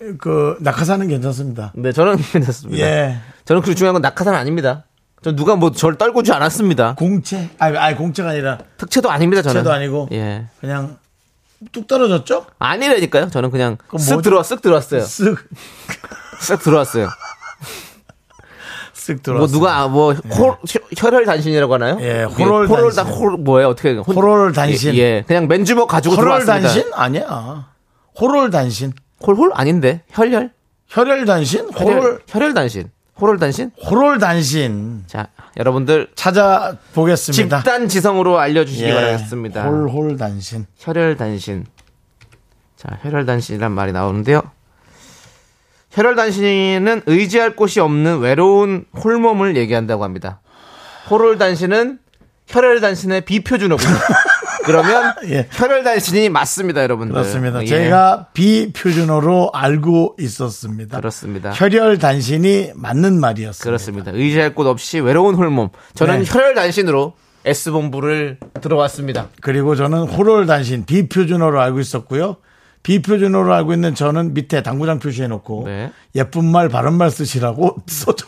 예. 그 낙하산은 괜찮습니다. 네, 저는 괜찮습니다. 예. 저는 그 중요한 건 낙하산 아닙니다. 전 누가 뭐 저를 떨구지 않았습니다. 공채? 아니, 아니 공채가 아니라 특채도 아닙니다, 저는. 채도 아니고 예. 그냥 뚝 떨어졌죠? 아니라니까요. 저는 그냥 그럼 쓱 뭐죠? 들어와, 쓱 들어왔어요. 쓱, 쓱 들어왔어요. 쓱 뭐 들어왔어요. 누가 아, 뭐 호- 혈- 혈혈 단신이라고 하나요? 예, 호롤 호롤 단신. 단 호롤 뭐예요? 어떻게 혼- 호롤 단신. 예, 예. 그냥 맨주먹 가지고 호롤 들어왔습니다. 단신? 아니야. 호롤 단신. 홀홀 아닌데 혈혈 혈혈 단신? 혈혈 호롤, 혈혈 단신 호롤 단신. 호롤 단신. 자 여러분들 찾아보겠습니다. 집단 지성으로 알려주시기 바라겠습니다. 예. 홀홀 단신. 혈혈 단신. 자 혈혈 단신이란 말이 나오는데요. 혈혈 단신은 의지할 곳이 없는 외로운 홀몸을 얘기한다고 합니다. 호롤 단신은 혈혈 단신의 비표준어군요. 그러면 예. 혈혈 단신이 맞습니다, 여러분들. 그렇습니다. 예. 제가 비표준어로 알고 있었습니다. 그렇습니다. 혈혈 단신이 맞는 말이었습니다. 그렇습니다. 의지할 곳 없이 외로운 홀몸. 네. 저는 혈혈 단신으로 S 본부를 들어왔습니다. 그리고 저는 호롤 단신 비표준어로 알고 있었고요. 비표준어로 알고 있는 저는 밑에 당구장 표시해 놓고 네. 예쁜 말 바른 말 쓰시라고 써져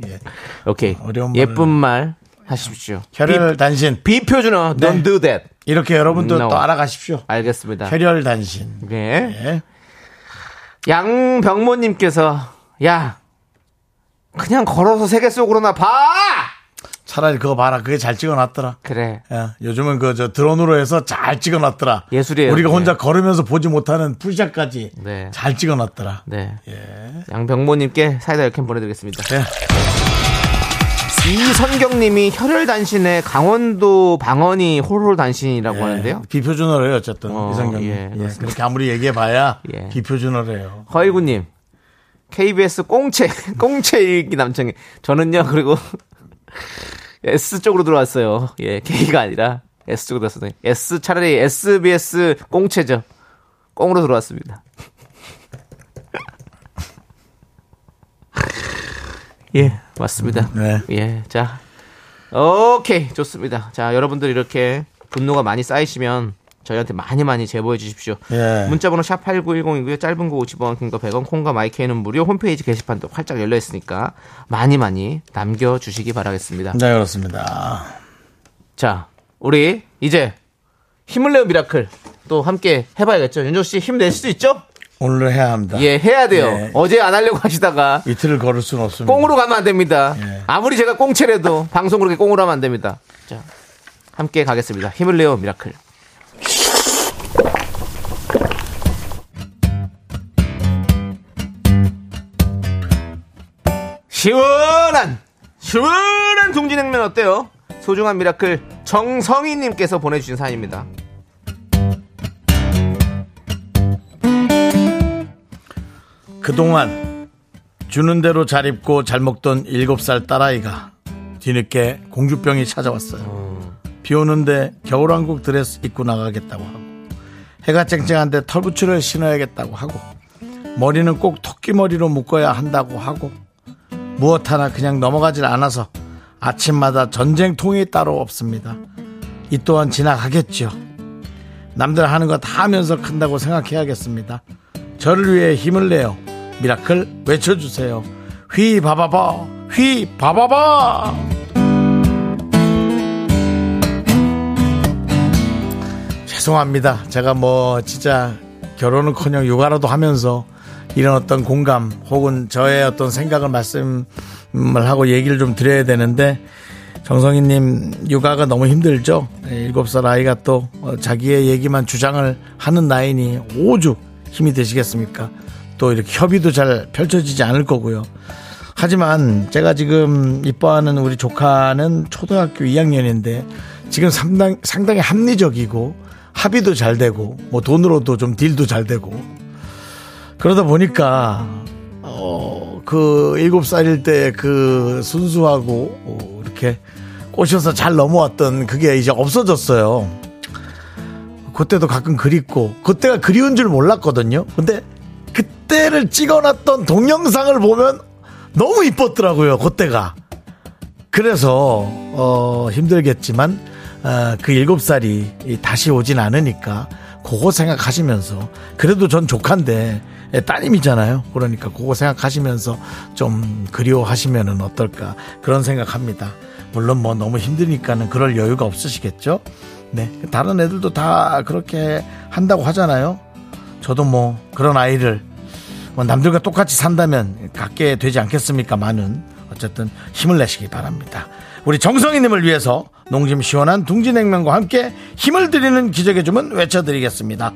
있는 오케이. 어려운 말을- 예쁜 말 하십시오. 혈혈 단신 비, 표준어 네. Don't do that. 이렇게 여러분도 No. 또 알아가십시오. 알겠습니다. 혈혈 단신. 네. 예. 양병모님께서 야 그냥 걸어서 세계 속으로나 봐. 차라리 그거 봐라. 그게 잘 찍어놨더라. 그래. 예, 요즘은 그 저 드론으로 해서 잘 찍어놨더라. 예술이에요. 우리가 네. 혼자 걸으면서 보지 못하는 풀샷까지 네. 잘 찍어놨더라. 네. 양병모님께 사이다 열캔 보내드리겠습니다. 예. 이선경님이 혈혈단신의 강원도 방언이 호롤단신이라고 하는데요. 예. 비표준어래요, 어쨌든 어, 이성경님. 예, 예, 그렇습니다. 그렇게 아무리 얘기해봐야 예. 비표준어래요. 허일구님 KBS 꽁채 꽁채 일기 남청이 저는요 그리고 S 쪽으로 들어왔어요. 예 K가 아니라 S 쪽으로 들어왔어요. S 차라리 SBS 꽁채죠. 꽁으로 들어왔습니다. 예 맞습니다. 네. 예자 오케이 좋습니다. 자 여러분들 이렇게 분노가 많이 쌓이시면 저희한테 많이 많이 제보해 주십시오. 예. 문자번호 샵 8910이고요. 짧은 거 50원, 긴 거 100원, 콩과 마이크에는 무료 홈페이지 게시판도 활짝 열려 있으니까 많이 많이 남겨주시기 바라겠습니다. 네, 그렇습니다. 자, 우리 이제 힘을 내요 미라클 또 함께 해봐야겠죠. 윤종 씨 힘 낼 수도 있죠? 오늘 해야 합니다. 예, 해야 돼요. 예. 어제 안 하려고 하시다가 이틀을 걸을 수는 없습니다. 음. 꽁으로 가면 안 됩니다. 예. 아무리 제가 꽁채래도 방송 그렇게 꽁으로 하면 안 됩니다. 자, 함께 가겠습니다. 힘을 내요 미라클. 시원한 시원한 동진냉면 어때요? 소중한 미라클 정성희님께서 보내주신 사연입니다. 그동안 주는 대로 잘 입고 잘 먹던 7살 딸아이가 뒤늦게 공주병이 찾아왔어요. 비 오는데 겨울왕국 드레스 입고 나가겠다고 하고 해가 쨍쨍한데 털부츠를 신어야겠다고 하고 머리는 꼭 토끼머리로 묶어야 한다고 하고 무엇 하나 그냥 넘어가질 않아서 아침마다 전쟁통이 따로 없습니다. 이 또한 지나가겠죠. 남들 하는 거 다 하면서 큰다고 생각해야겠습니다. 저를 위해 힘을 내요. 미라클 외쳐주세요. 휘 바바바, 휘 바바바. 죄송합니다. 제가 뭐 진짜 결혼은커녕 육아라도 하면서 이런 어떤 공감 혹은 저의 어떤 생각을 말씀을 하고 얘기를 좀 드려야 되는데 정성희님 육아가 너무 힘들죠. 네, 일곱 살 아이가 또 어, 자기의 얘기만 주장을 하는 나이니 오죽 힘이 되시겠습니까? 또 이렇게 협의도 잘 펼쳐지지 않을 거고요. 하지만 제가 지금 이뻐하는 우리 조카는 초등학교 2학년인데 지금 상당, 상당히 합리적이고 합의도 잘 되고 뭐 돈으로도 좀 딜도 잘 되고 그러다 보니까 어, 그 일곱 살일 때 그 순수하고 어, 이렇게 꼬셔서 잘 넘어왔던 그게 이제 없어졌어요. 그때도 가끔 그립고 그때가 그리운 줄 몰랐거든요. 근데 그때를 찍어놨던 동영상을 보면 너무 이뻤더라고요. 그때가. 그래서 어, 힘들겠지만 아, 그 일곱 살이 이 다시 오진 않으니까 그거 생각하시면서 그래도 전 조카인데 예, 따님이잖아요. 그러니까 그거 생각하시면서 좀 그리워하시면은 어떨까 그런 생각합니다. 물론 뭐 너무 힘드니까는 그럴 여유가 없으시겠죠. 네, 다른 애들도 다 그렇게 한다고 하잖아요. 저도 뭐 그런 아이를 뭐 남들과 똑같이 산다면 갖게 되지 않겠습니까? 많은 어쨌든 힘을 내시기 바랍니다. 우리 정성희님을 위해서 농심 시원한 둥지냉면과 함께 힘을 드리는 기적의 주문 외쳐드리겠습니다.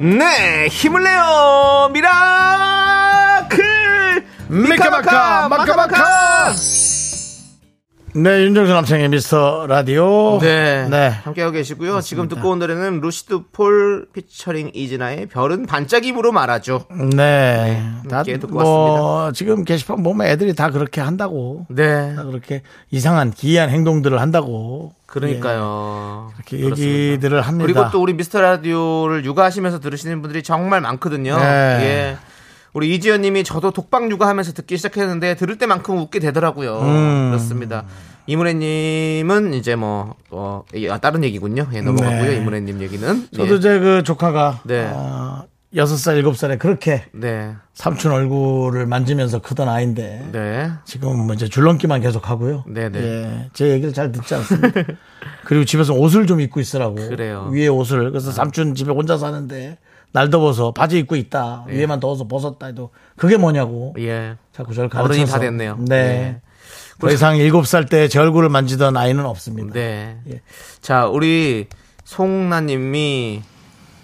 네, 힘을 내요! 미라클! 미카마카 마카마카. 네, 윤정수 남성의 미스터 라디오. 네. 네. 함께하고 계시고요. 지금 듣고 온 노래는 루시드 폴 피처링 이진아의 별은 반짝임으로 말하죠. 네. 다 함께 듣고 뭐, 지금 게시판 보면 애들이 다 그렇게 한다고. 네. 다 그렇게 이상한 기이한 행동들을 한다고. 그러니까요. 예, 이렇게 얘기들을 합니다. 그리고 또 우리 미스터 라디오를 육아하시면서 들으시는 분들이 정말 많거든요. 네. 예. 우리 이지연 님이 저도 독방 육아하면서 듣기 시작했는데 들을 때만큼 웃게 되더라고요. 음. 그렇습니다. 이문혜 님은 이제 뭐, 어, 이게 다른 얘기군요. 예, 넘어갔고요. 네. 이문혜 님 얘기는. 저도 예. 제 그 조카가 네. 어, 6살, 7살에 그렇게 네. 삼촌 얼굴을 만지면서 크던 아이인데 네. 지금 뭐 이제 줄넘기만 계속 하고요. 네네. 예, 제 얘기를 잘 듣지 않습니다. 그리고 집에서 옷을 좀 입고 있으라고. 그래요. 아. 위에 옷을. 그래서 삼촌 집에 혼자 사는데 날 더워서 바지 입고 있다. 위에만 더워서 벗었다 해도 그게 뭐냐고. 예. 자꾸 저를 가르쳐서. 어른이 다 됐네요. 예. 네. 더 이상 7살 때 제 얼굴을 만지던 아이는 없습니다. 네. 예. 자, 우리 송나님이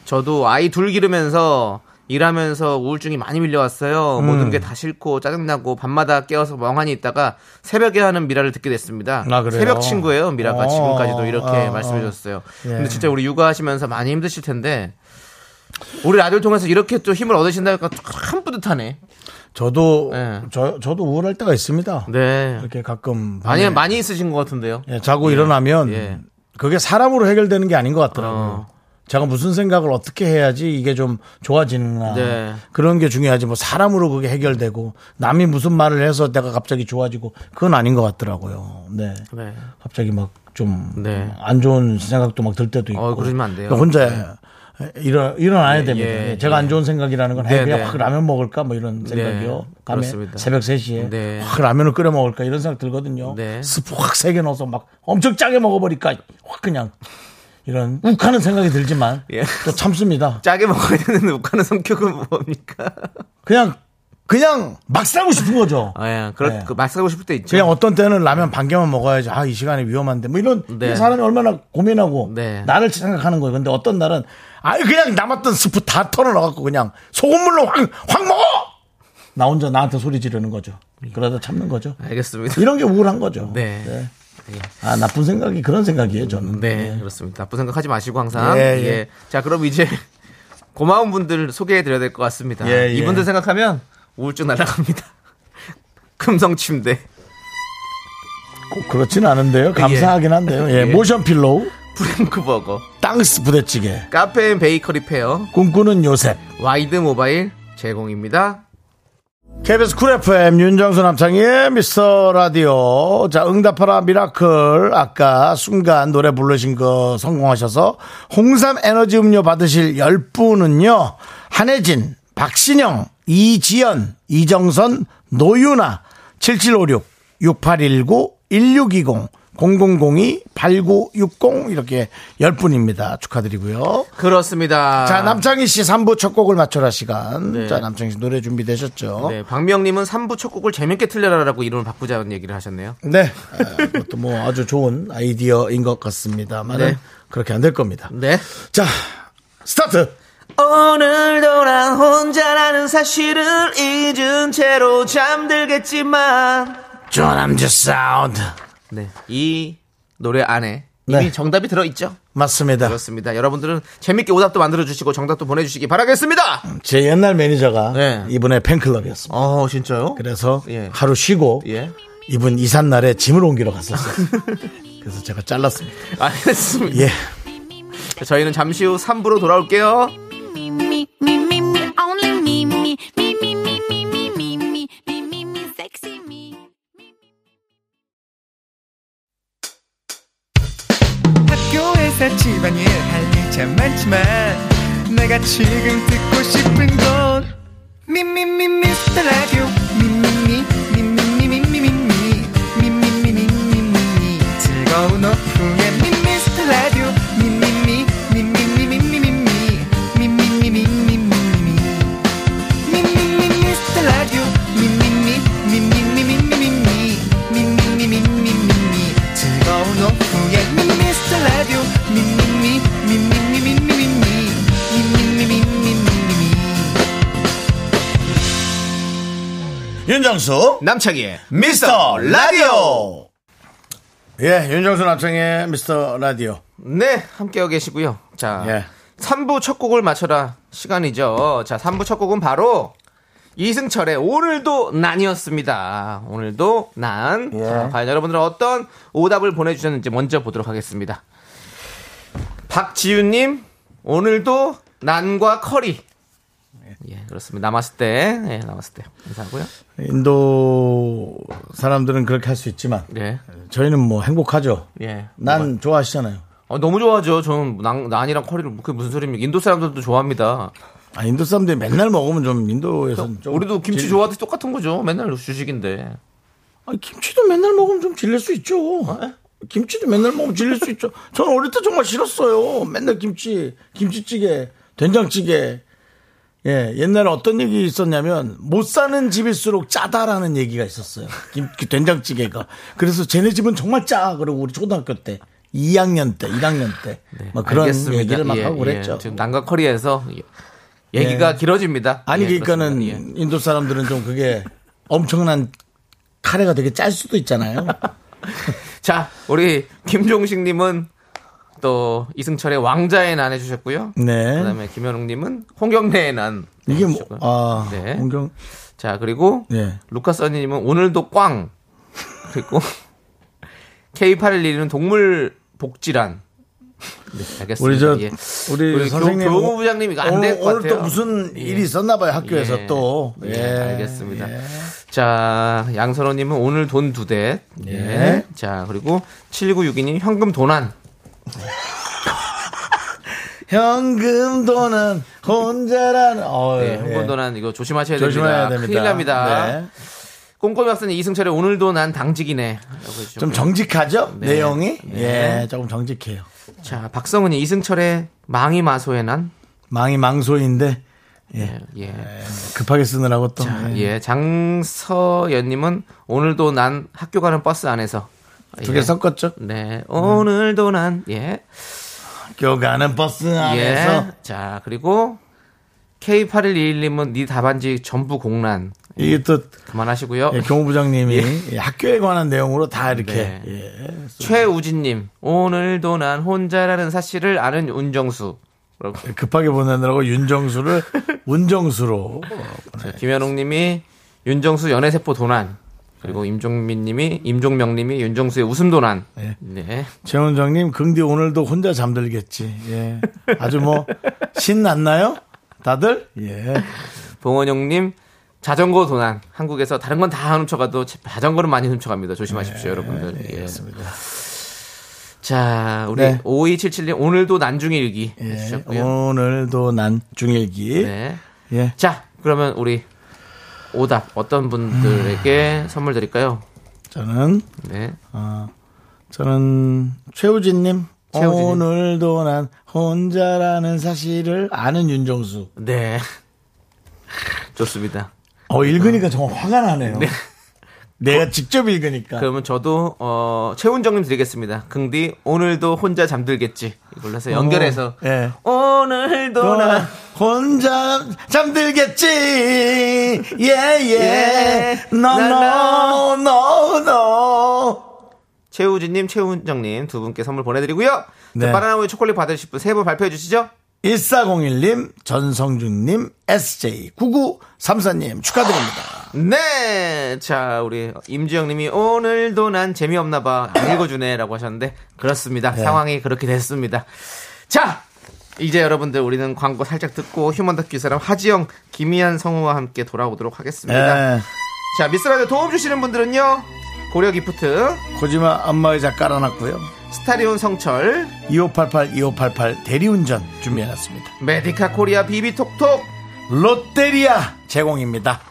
저도 아이 둘 기르면서 일하면서 우울증이 많이 밀려왔어요. 음. 모든 게 다 싫고 짜증나고 밤마다 깨어서 멍하니 있다가 새벽에 하는 미라를 듣게 됐습니다. 아, 그래요? 새벽 친구예요, 미라가 어, 지금까지도 이렇게 어, 말씀해 어. 주셨어요. 예. 근데 진짜 우리 육아하시면서 많이 힘드실 텐데 우리 라디오를 통해서 이렇게 또 힘을 얻으신다니까 참 뿌듯하네. 저도, 네. 저, 저도 우울할 때가 있습니다. 네. 이렇게 가끔. 밤에 많이 많이 있으신 것 같은데요. 네. 예, 자고 일어나면 예. 그게 사람으로 해결되는 게 아닌 것 같더라고요. 어. 제가 무슨 생각을 어떻게 해야지 이게 좀 좋아지는가 네. 그런 게 중요하지 뭐 사람으로 그게 해결되고 남이 무슨 말을 해서 내가 갑자기 좋아지고 그건 아닌 것 같더라고요. 네, 네. 갑자기 막 좀 안 네. 좋은 생각도 막 들 때도 있고 그러니까 어, 그러시면 안 돼요. 네. 혼자 일어 일어나야 예, 됩니다. 예, 예, 제가 예. 안 좋은 생각이라는 건 네, 그냥 네. 확 라면 먹을까 뭐 이런 생각이요. 밤에 그렇습니다. 새벽 3시에 네. 확 라면을 끓여 먹을까 이런 생각 들거든요. 네. 스프 확 세게 넣어서 막 엄청 짜게 먹어버릴까 확 그냥 이런 욱하는 생각이 들지만 예. 또 참습니다. 짜게 먹어야 되는데 욱하는 성격은 뭡니까? 그냥 그냥 막 싸고 싶은 거죠. 아, 예. 그렇, 네. 그, 막 싸고 싶을 때 있죠. 그냥 어떤 때는 라면 반 개만 먹어야지. 아, 이 시간에 위험한데. 뭐 이런 네. 이 사람이 얼마나 고민하고 네. 나를 생각하는 거예요. 근데 어떤 날은 아유 그냥 남았던 스프 다 털어 넣어갖고 그냥 소금물로 확 확 먹어. 나 혼자 나한테 소리 지르는 거죠. 그러다 참는 거죠. 알겠습니다. 이런 게 우울한 거죠. 네. 아 나쁜 생각이 그런 생각이에요. 저는. 네, 그렇습니다. 나쁜 생각하지 마시고 항상. 예, 예, 예. 자, 그럼 이제 고마운 분들 소개해 드려야 될 것 같습니다. 예, 예. 이분들 생각하면 우울증 날아갑니다. 금성 침대, 꼭 그렇진 않은데요. 감사하긴 한데요. 예. 예. 모션 필로우, 프랭크 버거, 땅스 부대찌개, 카페인 베이커리 페어, 꿈꾸는 요셉. 와이드 모바일 제공입니다. KBS 쿨 FM 윤정수 남창희의 미스터 라디오 자 응답하라 미라클 아까 순간 노래 부르신 거 성공하셔서 홍삼 에너지 음료 받으실 10분은요 한혜진, 박신영, 이지연, 이정선, 노유나 7756 6819 1620 0002 8960 이렇게 10분입니다 축하드리고요 그렇습니다. 자, 남창희 씨 3부 첫 곡을 맞춰라 시간. 아. 네. 자, 남창희 씨 노래 준비되셨죠? 네. 네, 박미영님은 3부 첫 곡을 재밌게 틀려라라고 이름을 바꾸자는 얘기를 하셨네요. 아, 그것도 뭐 아주 좋은 아이디어인 것 같습니다만 은 네. 그렇게 안 될 겁니다. 네. 자, 스타트! 오늘도 난 혼자라는 사실을 잊은 채로 잠들겠지만 조남주 사운드. 네, 이 노래 안에 이미 네. 정답이 들어있죠 맞습니다. 그렇습니다 여러분들은 재밌게 오답도 만들어주시고 정답도 보내주시기 바라겠습니다 제 옛날 매니저가 네. 이분의 팬클럽이었습니다. 어 진짜요? 그래서 예. 하루 쉬고 예 이분 이삿날에 짐을 옮기러 갔었어요. 그래서 제가 잘랐습니다. 아, 알겠습니다 예. 저희는 잠시 후 3부로 돌아올게요 me, me, me, me, me, only me, me, me, me, me, me, me, me, me, me, me, me, sexy me. 회사 집안일 할 일 참 많지만 내가 지금 듣고 싶은 건 미미미 미스터 라디오 미미미 미미미 미미미 미미미 미미미 즐거운 오후에 예, 미스터 라디오 미미미 미미미 미미미 미미미 미미미 윤정수 남창희의 미스터 라디오 예 윤정수 남창의 미스터 라디오 네, 함께하고 계시고요. 자, 예. 3부 첫 곡을 맞춰라 시간이죠. 자, 3부 첫 곡은 바로 이승철의 오늘도 난이었습니다. 오늘도 난. 예. 자, 과연 여러분들은 어떤 오답을 보내주셨는지 먼저 보도록 하겠습니다. 박지윤님, 오늘도 난과 커리. 예, 그렇습니다. 남았을 때, 예, 남았을 때. 인사하고요. 인도 사람들은 그렇게 할 수 있지만 예. 저희는 뭐 행복하죠 예. 난 좋아하시잖아요 어, 너무 좋아하죠. 저는 난, 난이랑 커리를, 뭐, 그게 무슨 소리입니까? 인도 사람들도 좋아합니다. 아, 인도 사람들이 맨날 먹으면 좀 인도에서 좀 우리도 김치 질- 좋아하듯 똑같은 거죠. 맨날 주식인데. 아니, 김치도 맨날 먹으면 좀 질릴 수 있죠 어? 김치도 맨날 먹으면 질릴 수 있죠 저는 어릴 때 정말 싫었어요 맨날 김치 김치찌개 된장찌개 예, 옛날에 어떤 얘기 있었냐면 못 사는 집일수록 짜다라는 얘기가 있었어요. 김, 그 된장찌개가. 그래서 쟤네 집은 정말 짜. 그러고 우리 초등학교 때 2학년 때, 1학년 때. 막뭐 그런 네, 알겠습니다. 얘기를 막 예, 하고 예. 그랬죠. 지금 난과 커리에서 예. 얘기가 길어집니다. 아니 예, 그러니까는 그렇습니다. 예. 인도 사람들은 좀 그게 엄청난 카레가 되게 짤 수도 있잖아요. 자, 우리 김종식님은 또 이승철의 왕자의 난 해주셨고요. 네. 그다음에 김현웅님은 홍경래의 난. 이게 뭐, 해주셨고요. 아, 네. 홍경, 자, 그리고 예. 루카 써니님은 오늘도 꽝. 그리고 K811은 동물 복지란. 네, 알겠습니다. 우리 저, 예. 우리, 우리 교- 선생님. 교무부장님이 이거 안 오늘- 될것 오늘 또 같아요. 무슨 예. 일이 있었나 봐요, 학교에서 예. 또. 예, 예. 알겠습니다. 예. 자, 양선호님은 오늘 돈 두 대. 예. 예. 자, 그리고 7962님 현금 도난. 현금 돈은 혼자라는, 어, 네, 현금 도난 이거 조심하셔야 조심해야 됩니다. 됩니다. 큰일 납니다. 네. 꼼꼼히 박사님 이승철의 오늘도 난 당직이네. 라고 해주셨고요. 좀 정직하죠? 네. 내용이? 네. 예, 조금 정직해요. 자, 박성은이 이승철의 망이 마소의 난. 망이 망소인데 예. 예. 급하게 쓰느라고 또. 예. 예, 장서연님은 오늘도 난 학교 가는 버스 안에서 두 개 예. 섞었죠? 음. 네, 오늘도 난 예, 학교 가는 버스 안에서 예. 자 그리고 K8121님은 네 답안지 전부 공란 이게 또 그만하시고요. 예, 교무부장님이 예, 학교에 관한 내용으로 다 이렇게 네. 예. 최우진님 오늘도 난 혼자라는 사실을 아는 운정수. 그리고 급하게 보내느라고 윤정수를 운정수로 자, 김현웅님이 윤정수 연애세포 도난. 그리고 임종민님이 임종명님이 윤정수의 웃음 도난. 예. 네. 최원정님 긍디 오늘도 혼자 잠들겠지. 예. 아주 뭐 신났나요? 다들? 예. 봉원영님 자전거 도난 한국에서 다른 건 다 훔쳐가도 자전거는 많이 훔쳐갑니다 조심하십시오 여러분들 예. 네, 알겠습니다. 자 우리 네. 5277님 오늘도 난중일기 예. 해주셨고요 오늘도 난 중일기. 네. 예. 자 그러면 우리 오답 어떤 아. 분들에게 선물 드릴까요 저는 어, 네 저는 최우진님 최우진님. 오늘도 난 혼자라는 사실을 아는 윤정수. 네. 좋습니다 어 읽으니까 정말 화가 나네요. 내가 직접 읽으니까. 그러면 저도 어 최훈정님 드리겠습니다 긍디 오늘도 혼자 잠들겠지 이걸로 해서 연결해서 어, 예. 오늘도 너나 난 혼자 잠들겠지 예. 예예 나, 너너너너 최우진님, 최훈정님 두 분께 선물 보내드리고요. 네. 자, 바나나 우유 초콜릿 받으실 분 세 분 발표해 주시죠. 1401님 전성준님 SJ9934님 축하드립니다 네, 자 우리 임지영님이 오늘도 난 재미없나 봐 안 읽어주네라고 하셨는데 그렇습니다. 네. 상황이 그렇게 됐습니다. 자. 이제 여러분들 우리는 광고 살짝 듣고 휴먼 다큐 사람 하지영, 김희한 성우와 함께 돌아오도록 하겠습니다. 예, 자, 미스라디오 도움 주시는 분들은요. 고려 기프트, 코지마 안마의자 깔아놨고요 스타리온 성철 2588, 2588 대리운전 준비해놨습니다. 메디카 코리아 비비톡톡 롯데리아 제공입니다.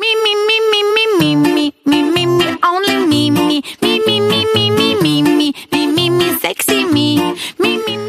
Me, me, me, me, me, me, me, me, me, me, only me, me, me, me, me, me, me, me, me, me, me, me, sexy me, me, me, me.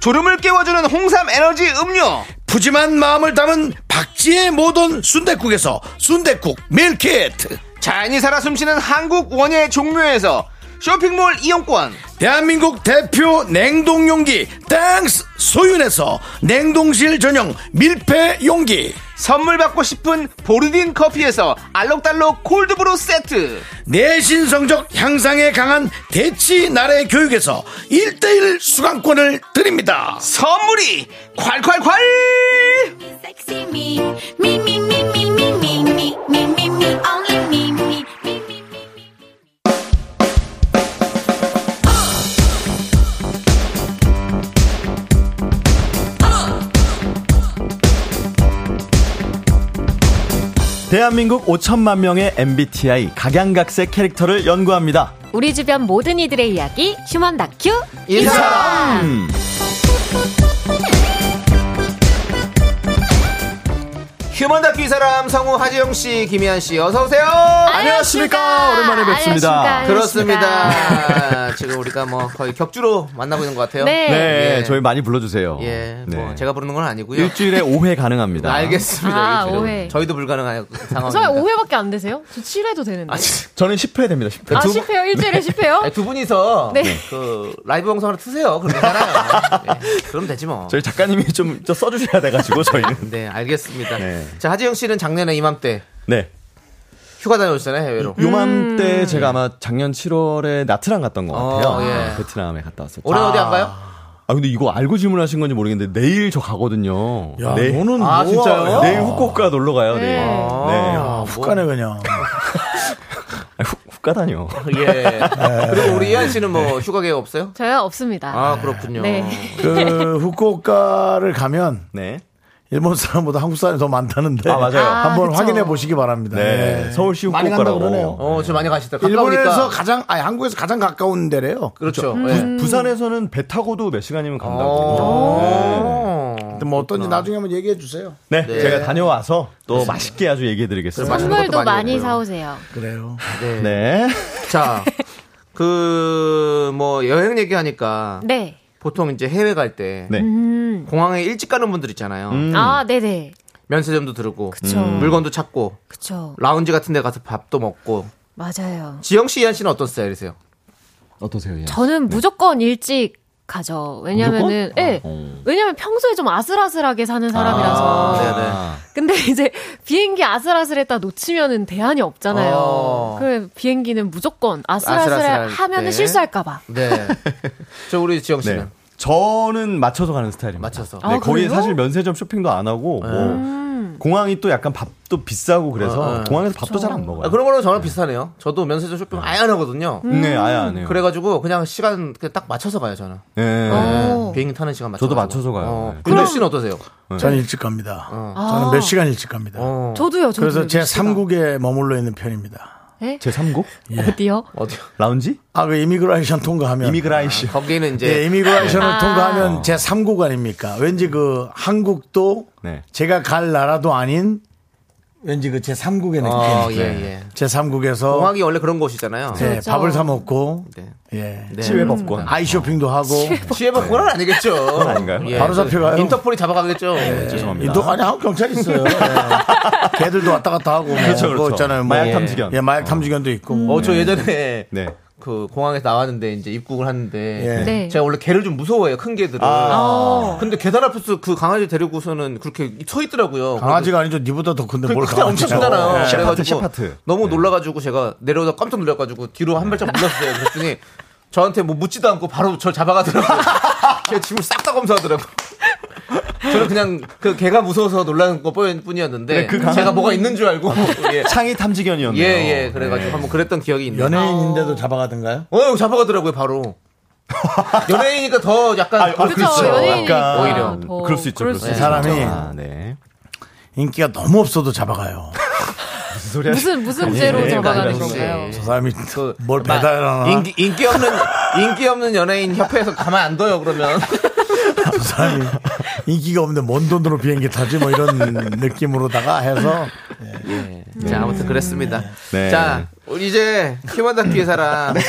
졸음을 깨워주는 홍삼 에너지 음료 푸짐한 마음을 담은 박지의 모던 순댓국에서순댓국 밀키트 자연이 살아 숨쉬는 한국 원예 종묘에서 쇼핑몰 이용권 대한민국 대표 냉동용기 땡스 소윤에서 냉동실 전용 밀폐 용기 선물 받고 싶은 보르딘 커피에서 알록달록 콜드브루 세트 네, 내신 성적 향상에 강한 대치 나래 교육에서 일대일 수강권을 드립니다. 선물이 콸콸콸 Sexy me, me, me, me, me, me, me, me, me, me, me, only me, me, me, me. 대한민국 5천만 명의 MBTI 각양각색 캐릭터를 연구합니다. 우리 주변 모든 이들의 이야기 휴먼 다큐 인사 음. 휴먼 다큐 이 사람 성우 하지영 씨 김희한 씨 어서 오세요 안녕하십니까. 오랜만에 뵙습니다. 안녕하십니까. 그렇습니다 지금 우리가 뭐 거의 격주로 만나고 있는 것 같아요 네. 네, 예. 저희 많이 불러주세요. 예, 뭐 네. 제가 부르는 건 아니고요 일주일에 5회 가능합니다. 알겠습니다 아, 일주일에. 오해. 저희도 불가능한 저 상황입니다 5회밖에 안 되세요? 저 7회도 되는데. 아, 아, 진짜. 저는 10회 됩니다. 10회. 두- 네. 10회요? 1주일에 10회요? 아니, 두 분이서 네. 그 라이브 방송 하나 트세요 그럼 되잖아요 예, 그럼 되지 뭐 저희 작가님이 좀, 좀 써주셔야 돼가지고 저희는. 네, 알겠습니다. 네. 자, 하지영 씨는 작년에 이맘때 네. 휴가 다녀오셨잖아요, 해외로. 요맘때 제가 아마 작년 7월에 나트랑 갔던 것 같아요. 음. 어, 예. 베트남에 갔다 왔었죠. 올해 어디 안 가요? 아 근데 이거 알고 질문하신 건지 모르겠는데 내일 저 가거든요. 야, 내일. 너는 아, 뭐야? 진짜요? 뭐. 내일 후쿠오카 놀러 가요. 내일. 네. 네. 아, 아, 훅 가네 그냥. 후, 후카 다녀. 네. 예. 그리고 우리 이한 씨는 뭐 휴가 계획 없어요? 저요? 없습니다. 아, 그렇군요. 네. 그 후쿠오카를 가면 네. 일본 사람보다 한국 사람이 더 많다는데. 아 맞아요. 아, 한번 그쵸. 확인해 보시기 바랍니다. 네. 네. 서울시 많이 간다 그러네요. 후쿠오카라고. 어, 저 많이 가시다. 가까우니까. 일본에서 가장 아니 한국에서 가장 가까운 데래요. 그렇죠. 예. 부산에서는 배 타고도 몇 시간이면 간다고. 그러더라고요. 어. 근데 뭐 어떤지 나중에 한번 얘기해 주세요. 네. 네. 제가 다녀와서 또 맛있게 아주 얘기해드리겠습니다. 그럼 맛있는 선물도 것도 많이 많이 먹어요. 사오세요. 그래요. 네. 네. 자, 그 뭐 여행 얘기하니까 네. 보통 이제 해외 갈 때 네. 음. 공항에 일찍 가는 분들 있잖아요. 음. 아, 네네. 면세점도 들고 그쵸. 물건도 찾고 그쵸. 라운지 같은 데 가서 밥도 먹고 맞아요. 지영 씨, 이한 씨는 어떤 스타일이세요? 어떠세요? 예? 저는 네. 무조건 일찍 가죠. 왜냐면은, 예. 어. 왜냐면 평소에 좀 아슬아슬하게 그 사는 사람이라서. 아, 근데 이제 비행기 아슬아슬했다 놓치면은 대안이 없잖아요. 어. 그 비행기는 무조건 아슬아슬할 때. 아슬아슬하면은 실수할까봐. 네네. 네. 저 우리 지영 네. 씨는 저는 맞춰서 가는 스타일입니다. 맞춰서. 네, 아, 거기 그래요? 사실 면세점 쇼핑도 안 하고 뭐 공항이 또 약간 밥도 비싸고 그래서 네. 어, 어. 공항에서 밥도 잘 안 먹어요. 아, 그런 거랑 저랑 비슷하네요. 저도 면세점 쇼핑 아예 안 하거든요. 네, 아예 안 해요. 그래가지고 그냥 시간 그냥 딱 맞춰서 가요 저는. 네. 네. 어. 비행기 타는 시간 맞춰서. 어. 저도 맞춰서 가요. 네. 근데 씨는 어떠세요? 저는 일찍 갑니다. 저는 아. 몇 시간 일찍 갑니다. 어. 저도요, 저도. 그래서 제 3국에 머물러 있는 편입니다. 예? 제 3곡? 어디요? 어디? 라운지? 아, 그 이미그레이션 통과하면. 이미그라이시. 거기는 이제 예, 이미그레이션을 아. 통과하면 제 3국 아닙니까? 왠지 그 한국도 네. 제가 갈 나라도 아닌 왠지 그 제 3국의 느낌. 어, 예, 예. 제 3국에서 공항이 원래 그런 곳이잖아요. 예, 그렇죠. 밥을 사 먹고 어. 네. 예. 네. 치외법권. 아이 쇼핑도 하고 시에버 그건 아니겠죠. 그건 아닌가요? 바로 잡혀가요. 인터폴이 잡아가겠죠. 예. 죄송합니다. 이도 네. 아니 한국 경찰 있어요. 네. 예. 걔들도 왔다 갔다 하고 뭐 그렇죠, 그거 그렇죠. 있잖아요. 뭐. 마약 탐지견. 예, 마약 탐지견도 있고. 뭐. 어, 저 예전에 네. 그 공항에서 나왔는데 이제 입국을 하는데 예. 네. 제가 원래 개를 좀 무서워해요 큰 개들을. 어. 근데 계단 앞에서 그 강아지 데리고서는 그렇게 서 있더라고요. 강아지가 아니죠. 니보다 더 큰데 그 뭘 크다 엄청 크잖아요. 예. 그래가지고 셰파트. 너무 놀라가지고 제가 내려오다 깜짝 놀라가지고 뒤로 한 발짝 물렀어요. 그랬더니 저한테 뭐 묻지도 않고 바로 저 잡아가더라고요. 제 짐을 싹 다 검사하더라고. 저는 그냥 그 개가 무서워서 놀라는 것뿐이었는데 네, 그 강한- 제가 뭐가 있는 줄 알고 예. 창이 탐지견이었네요. 예, 예. 그래가지고 한번 그랬던 기억이 있네요. 연예인인데도 잡아가던가요? 어, 잡아가더라고요, 바로. 연예인이니까 더 약간 아, 그렇죠. 그렇죠. 연예인이니까 약간 오히려 더 그럴 수 있죠. 음, 그럴 그럴 수 수 있죠. 있죠. 사람이- 아, 네. 인기가 너무 없어도 잡아가요. 무슨 소리 무슨- 무슨 죄로 네, 잡아가는 그러니까 건가요? 저 사람이 뭘 배달하나? 그 인기, 인기 없는 인기 없는 연예인 협회에서 가만 안 둬요 그러면 저 사람이 인기가 없는데 뭔 돈으로 비행기 타지 뭐 이런 느낌으로다가 해서 자 아무튼 그랬습니다. 네. 자 우리 이제 키만다키의 사람 네.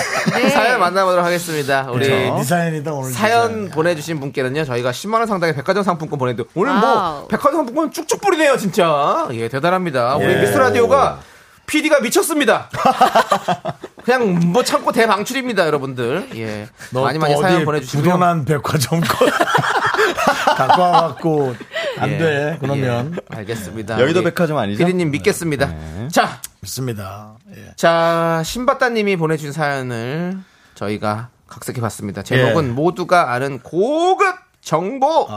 사연 만나보도록 하겠습니다. 아, 우리 그쵸? 네 사연이다 오늘. 사연 보내주신 분께는요 저희가 10만 원 상당의 백화점 상품권 보내도 오늘 뭐 와우. 백화점 상품권 쭉쭉 뿌리네요 진짜 예 대단합니다 우리 예. 미스 라디오가 PD가 미쳤습니다 그냥 뭐 참고 대방출입니다 여러분들 예 많이 많이 사연 보내주시고요 부도난 백화점권 갖고 와갖고 안 예. 돼. 그러면 예, 알겠습니다 여의도 우리 백화점 아니죠? 네. PD님 믿겠습니다 자 믿습니다. 예. 자, 신바따님이 보내준 사연을 저희가 각색해봤습니다. 제목은 예. 모두가 아는 고급 정보.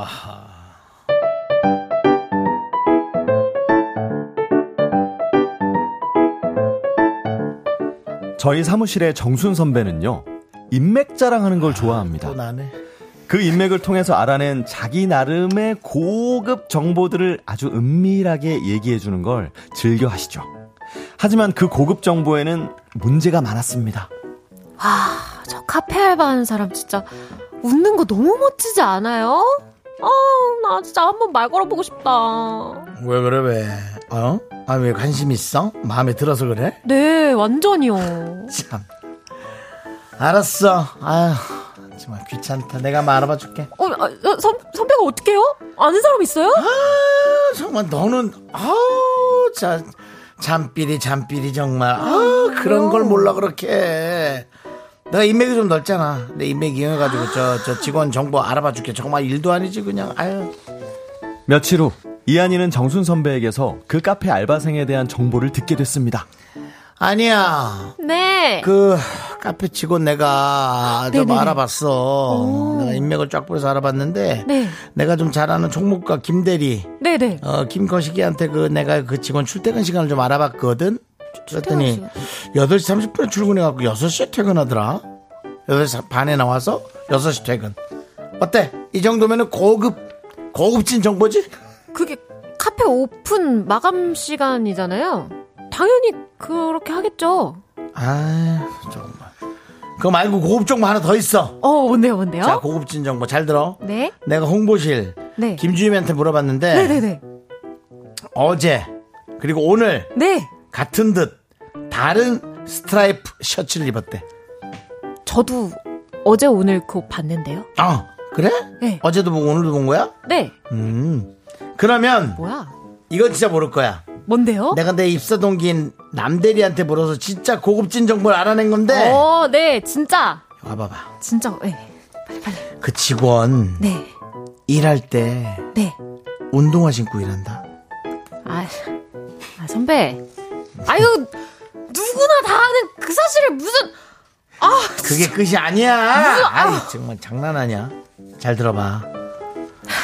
저희 사무실의 정순 선배는요. 인맥 자랑하는 걸 좋아합니다. 또 나네. 그 인맥을 통해서 알아낸 자기 나름의 고급 정보들을 아주 은밀하게 얘기해 주는 걸 즐겨 하시죠. 하지만 그 고급 정보에는 문제가 많았습니다. 와, 저 카페 알바하는 사람 진짜 웃는 거 너무 멋지지 않아요? 아, 나 진짜 한번 말 걸어보고 싶다. 왜 그래 왜? 어? 아 왜 관심 있어? 마음에 들어서 그래? 네, 완전히요. 어, 참. 알았어. 아휴 정말 귀찮다. 내가 한번 알아봐 줄게. 어, 아, 어, 선, 선배가 어떻게 해요? 아는 사람 있어요? 아, 정말 너는 아우 자 잠삐리 잠삐리 정말 아 그런 걸 몰라 그렇게 해. 내가 인맥이 좀 넓잖아 내 인맥 이용해가지고 저, 저 직원 정보 알아봐 줄게 정말 일도 아니지 그냥 아유 며칠 후 이한이는 정순 선배에게서 그 카페 알바생에 대한 정보를 듣게 됐습니다. 아니야 네. 그 카페 직원 내가 좀 네네네. 알아봤어 내가 인맥을 쫙 뿌려서 알아봤는데 네. 내가 좀 잘 아는 종목과 김대리 네네. 어, 김거식이한테 그 내가 그 직원 출퇴근 시간을 좀 알아봤거든. 그랬더니 8시 30분에 출근해갖고 6시에 퇴근하더라. 8시 반에 나와서 6시 퇴근. 어때? 이 정도면은 고급, 고급진 정보지? 그게 카페 오픈 마감 시간이잖아요. 당연히 그렇게 하겠죠. 아, 정말. 그거 말고 고급 정보 하나 더 있어. 어, 뭔데요, 뭔데요? 자, 고급진 정보 잘 들어. 네. 내가 홍보실 네. 김주임한테 물어봤는데 네네네. 어제 그리고 오늘 네. 같은 듯 다른 스트라이프 셔츠를 입었대. 저도 어제 오늘 그거 봤는데요. 아 그래? 네. 어제도 보고 오늘도 본 거야? 네. 음 그러면 뭐야? 이거 진짜 모를 거야. 뭔데요? 내가 내 입사 동기인 남대리한테 물어서 진짜 고급진 정보를 알아낸 건데. 아, 어, 네, 진짜. 와봐봐. 진짜, 네. 그 직원 네. 일할 때 네. 운동화 신고 일한다. 아, 아 선배. 아유, 누구나 다 아는 그 사실을 무슨, 아, 그게 끝이 무슨- 아니야. 아. 아이 정말 장난하냐? 잘 들어봐.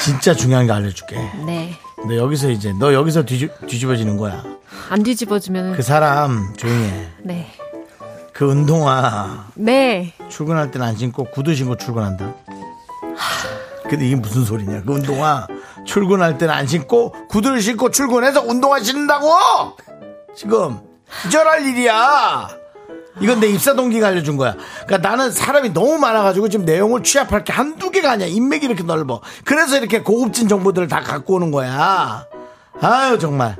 진짜 중요한 거 알려줄게. 네. 너 여기서 이제 너 여기서 뒤집, 뒤집어지는 거야. 안 뒤집어지면, 그 사람 조용히 해. 네. 그 운동화 네. 출근할 때는 안 신고 구두 신고 출근한다. 근데 이게 무슨 소리냐? 그 운동화 출근할 때는 안 신고 구두를 신고 출근해서 운동화 신는다고 지금 기절할 일이야. 이건 내 입사 동기가 알려준 거야. 그러니까 나는 사람이 너무 많아가지고 지금 내용을 취합할 게 한두 개가 아니야. 인맥이 이렇게 넓어. 그래서 이렇게 고급진 정보들을 다 갖고 오는 거야. 아유 정말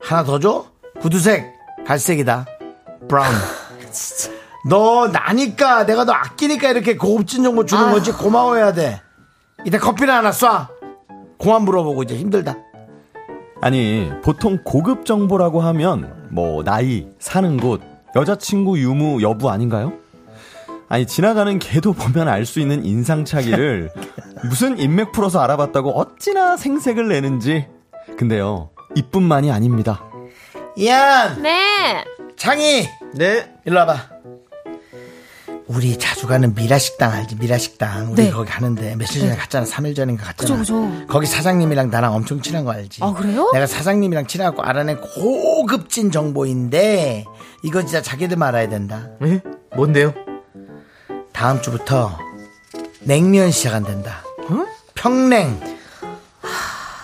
하나 더 줘. 구두색 갈색이다. 브라운. 너 나니까 내가 너 아끼니까 이렇게 고급진 정보 주는 거지 고마워해야 돼. 이따 커피나 하나 쏴. 고만 물어보고 이제 힘들다. 아니 보통 고급 정보라고 하면 뭐 나이, 사는 곳, 여자친구 유무 여부 아닌가요? 아니 지나가는 개도 보면 알 수 있는 인상착의를 무슨 인맥 풀어서 알아봤다고 어찌나 생색을 내는지 근데요 이뿐만이 아닙니다 이안 네. 창희. 네. 일로 와봐. 우리 자주 가는 미라식당 알지? 미라식당. 우리 네. 거기 가는데 며칠 전에 네. 갔잖아. 3일 전인가 갔잖아. 그죠, 그죠. 거기 사장님이랑 나랑 엄청 친한 거 알지? 아, 그래요? 내가 사장님이랑 친하고 알아낸 고급진 정보인데 이건 진짜 자기들만 알아야 된다. 예? 뭔데요? 다음 주부터 냉면 시작한단다. 어? 평냉.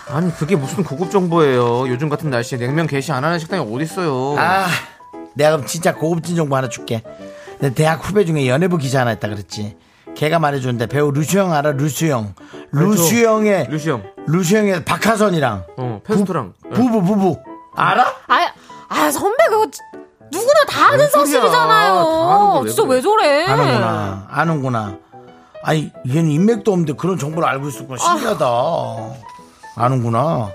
아니 그게 무슨 고급 정보예요? 요즘 같은 날씨에 냉면 게시 안 하는 식당이 어디 있어요? 아, 내가 그럼 진짜 고급진 정보 하나 줄게. 내 대학 후배 중에 연예부 기자 하나 있다 그랬지. 걔가 말해줬는데 배우 루수영 알아? 루수영. 루수영의 루시엄. 루수영의 박하선이랑 어, 페스토랑. 부부 부부 알아? 아, 아 선배 그거 지- 누구나 다 아는 사실이잖아요. 진짜 왜 저래? 아는구나. 아는구나. 아니 얘는 인맥도 없는데 그런 정보를 알고 있을 거야. 신기하다. 아는구나.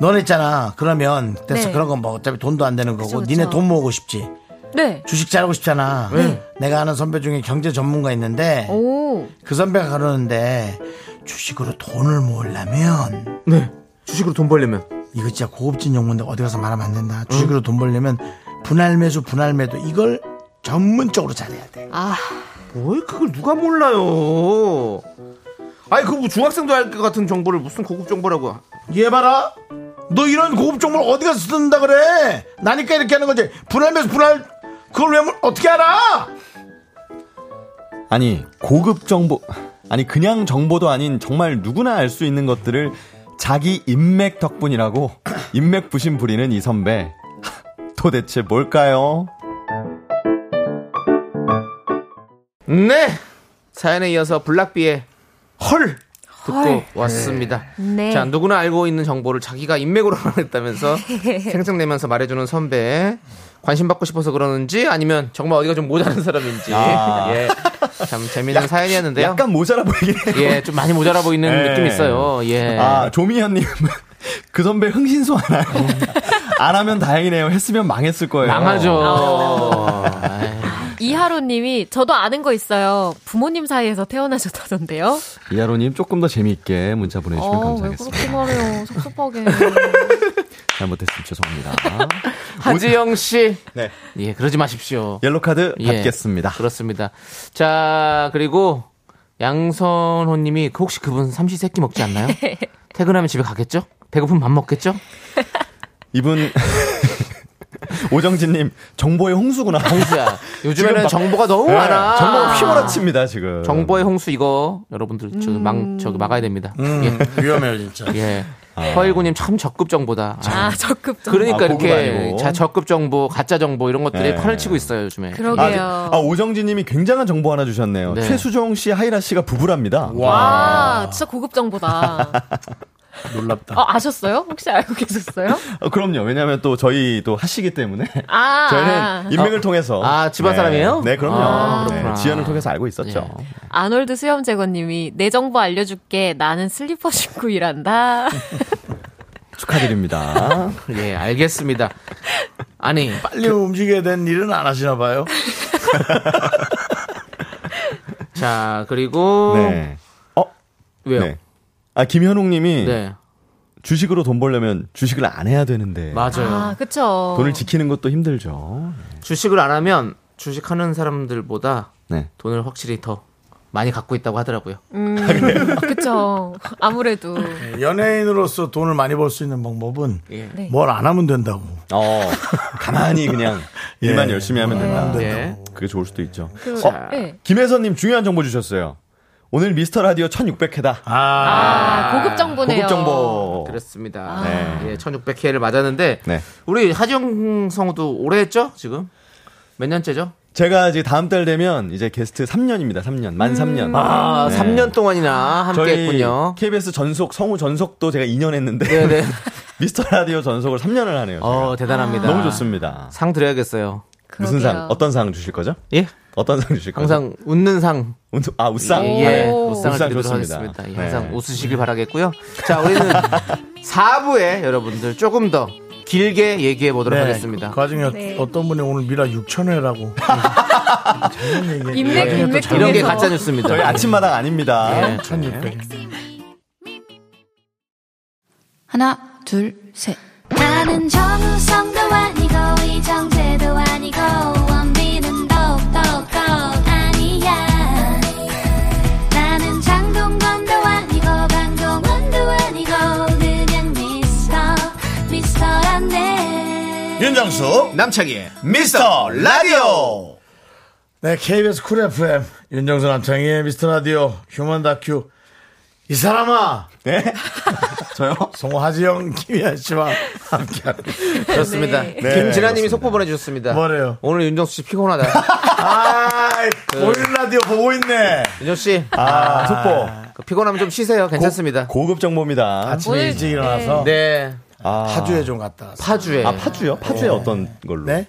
넌 했잖아. 그러면 그래서 네. 그런 건 뭐 어차피 돈도 안 되는 거고 그쵸, 그쵸. 니네 돈 모으고 싶지. 네. 주식 잘하고 싶잖아. 네. 내가 아는 선배 중에 경제 전문가 있는데 오. 그 선배가 그러는데 주식으로 돈을 모으려면 네. 주식으로 돈 벌려면 이거 진짜 고급진 용어인데 어디 가서 말하면 안 된다. 주식으로 돈 벌려면 분할 매수 분할 매도 이걸 전문적으로 잘해야 돼. 아. 뭘 그걸 누가 몰라요? 아니 그뭐 중학생도 알 것 같은 정보를 무슨 고급 정보라고? 얘 봐라. 너 이런 고급 정보를 어디 가서 쓴다 그래? 나니까 이렇게 하는 거지. 분할 매수 분할 그걸 왜 몰- 어떻게 알아? 아니 고급 정보 아니 그냥 정보도 아닌 정말 누구나 알 수 있는 것들을 자기 인맥 덕분이라고 인맥 부심 부리는 이 선배 도대체 뭘까요? 네. 사연에 이어서 블락비의 헐 듣고 왔습니다. 네. 자 누구나 알고 있는 정보를 자기가 인맥으로 알아냈다면서 예. 생색내면서 말해주는 선배 관심 받고 싶어서 그러는지 아니면 정말 어디가 좀 모자란 사람인지 아. 예, 참 재미있는 사연이었는데요. 약간 모자라 보이긴 해요. 예, 좀 많이 모자라 보이는 느낌이 있어요. 예. 아, 조미현님. 그 선배 흥신소 하나요? 안 하면 다행이네요. 했으면 망했을 거예요. 망하죠. 이하로님이 저도 아는 거 있어요. 부모님 사이에서 태어나셨다던데요. 이하로님 조금 더 재미있게 문자 보내주시면 어, 왜 네, 감사하겠습니다. 그렇게 말해요. 섭섭하게. 잘못했으면 죄송합니다. 하지영 씨. 네. 예, 그러지 마십시오. 예, 옐로카드 받겠습니다. 그렇습니다. 자, 그리고 양선호 님이 그 혹시 그분 삼시세끼 먹지 않나요? 퇴근하면 집에 가겠죠? 배고프면 밥 먹겠죠? 이분 오정진님 정보의 홍수구나. 홍수야. 요즘에는 지금 막- 정보가 너무 네, 많아. 정보가 휘몰아칩니다 지금. 정보의 홍수 이거 여러분들 저기 망 저기 막아야 됩니다. 음, 예. 위험해요 진짜. 예. 허일구님 참 적급 정보다. 아, 아, 적극 적 그러니까 아, 고급 이렇게 아니고. 자 적급 정보, 가짜 정보 이런 것들이 네. 판을 치고 있어요 요즘에. 아, 그러게요. 아, 오정진님이 굉장한 정보 하나 주셨네요. 네. 최수종 씨, 하이라 씨가 부부랍니다. 와, 아, 진짜 고급 정보다. 놀랍다. 어, 아셨어요? 혹시 알고 계셨어요? 어, 그럼요. 왜냐하면 또 저희 또 하시기 때문에 아, 아. 저희는 인맥을 통해서 아, 집안 네. 사람이에요? 네, 그럼요. 아, 그렇구나. 네. 네, 지연을 통해서 알고 있었죠. 아놀드 수염재건님이 내 정보 알려줄게. 나는 슬리퍼 신고 일한다. 축하드립니다. 예, 알겠습니다. 아니, 빨리 그 움직여야 되는 일은 안 하시나 봐요. 자, 그리고 네. 어, 왜요? 네. 아 김현웅님이 네, 주식으로 돈 벌려면 주식을 안 해야 되는데 맞아요. 아, 그쵸. 돈을 지키는 것도 힘들죠. 주식을 안 하면 주식하는 사람들보다 네. 돈을 확실히 더 많이 갖고 있다고 하더라고요. 음, 아, 그쵸. 아무래도. 연예인으로서 돈을 많이 벌 수 있는 방법은 예. 네. 뭘 안 하면 된다고. 어, 가만히 그냥 일만 열심히 하면 된다. 네. 예. 그게 좋을 수도 있죠. 어, 그, 자. 네. 김혜선님 중요한 정보 주셨어요. 오늘 미스터 라디오 1600회다. 아, 고급 정보네요. 고급 정보. 아, 그렇습니다. 네. 예, 1600회를 맞았는데 네. 우리 하지영 성우도 오래 했죠? 지금 몇 년째죠? 제가 이제 다음 달 되면 이제 게스트 3년입니다. 3년. 만 3년. 아, 네. 3년 동안이나 아, 함께 저희 했군요. KBS 전속 성우 전속도 제가 2년 했는데 네, 네. 미스터 라디오 전속을 3년을 하네요. 어, 대단합니다. 너무 좋습니다. 상 드려야겠어요. 무슨 상? 그러게요. 어떤 상 주실 거죠? 예? 어떤 상 주실 거죠? 항상 웃는 상 웃- 아, 웃상. 예, 네. 예, 웃상을 웃상 드리도록 좋습니다. 하겠습니다. 예, 네. 항상 웃으시길 바라겠고요. 자, 우리는 4부에 여러분들 조금 더 길게 얘기해 보도록 하겠습니다. 그 와중에 네. 어떤 분이 오늘 미라 6천회라고. 네. 인맥, 인맥 예. 이런 게 통해서. 가짜 뉴스입니다. 저희 아침마당 아닙니다. 예. 네. 하나, 둘, 셋. 나는 정우성도 아니고 이정재도 아니고 원빈은 더욱더 아니야 윤정수 남창희의 미스터 라디오 네 KBS 쿨 FM 윤정수 남창희의 미스터 라디오 휴먼 다큐 이 사람아 네 저요 송하지영 김희아 씨와 함께하고 있습니다. 그렇습니다. 네. 네, 네. 김진아님이 속보 보내주셨습니다. 뭐래요? 오늘 윤정수 씨 피곤하다. 그 아, 보일 라디오 보고 있네. 윤정수 씨. 아, 속보. 그 피곤하면 좀 쉬세요. 괜찮습니다. 고, 급 정보입니다. 아침에 오늘, 일찍 일어나서? 네. 아. 파주에 좀 갔다 왔어요. 파주에. 아, 파주요? 파주에 어떤 걸로? 네?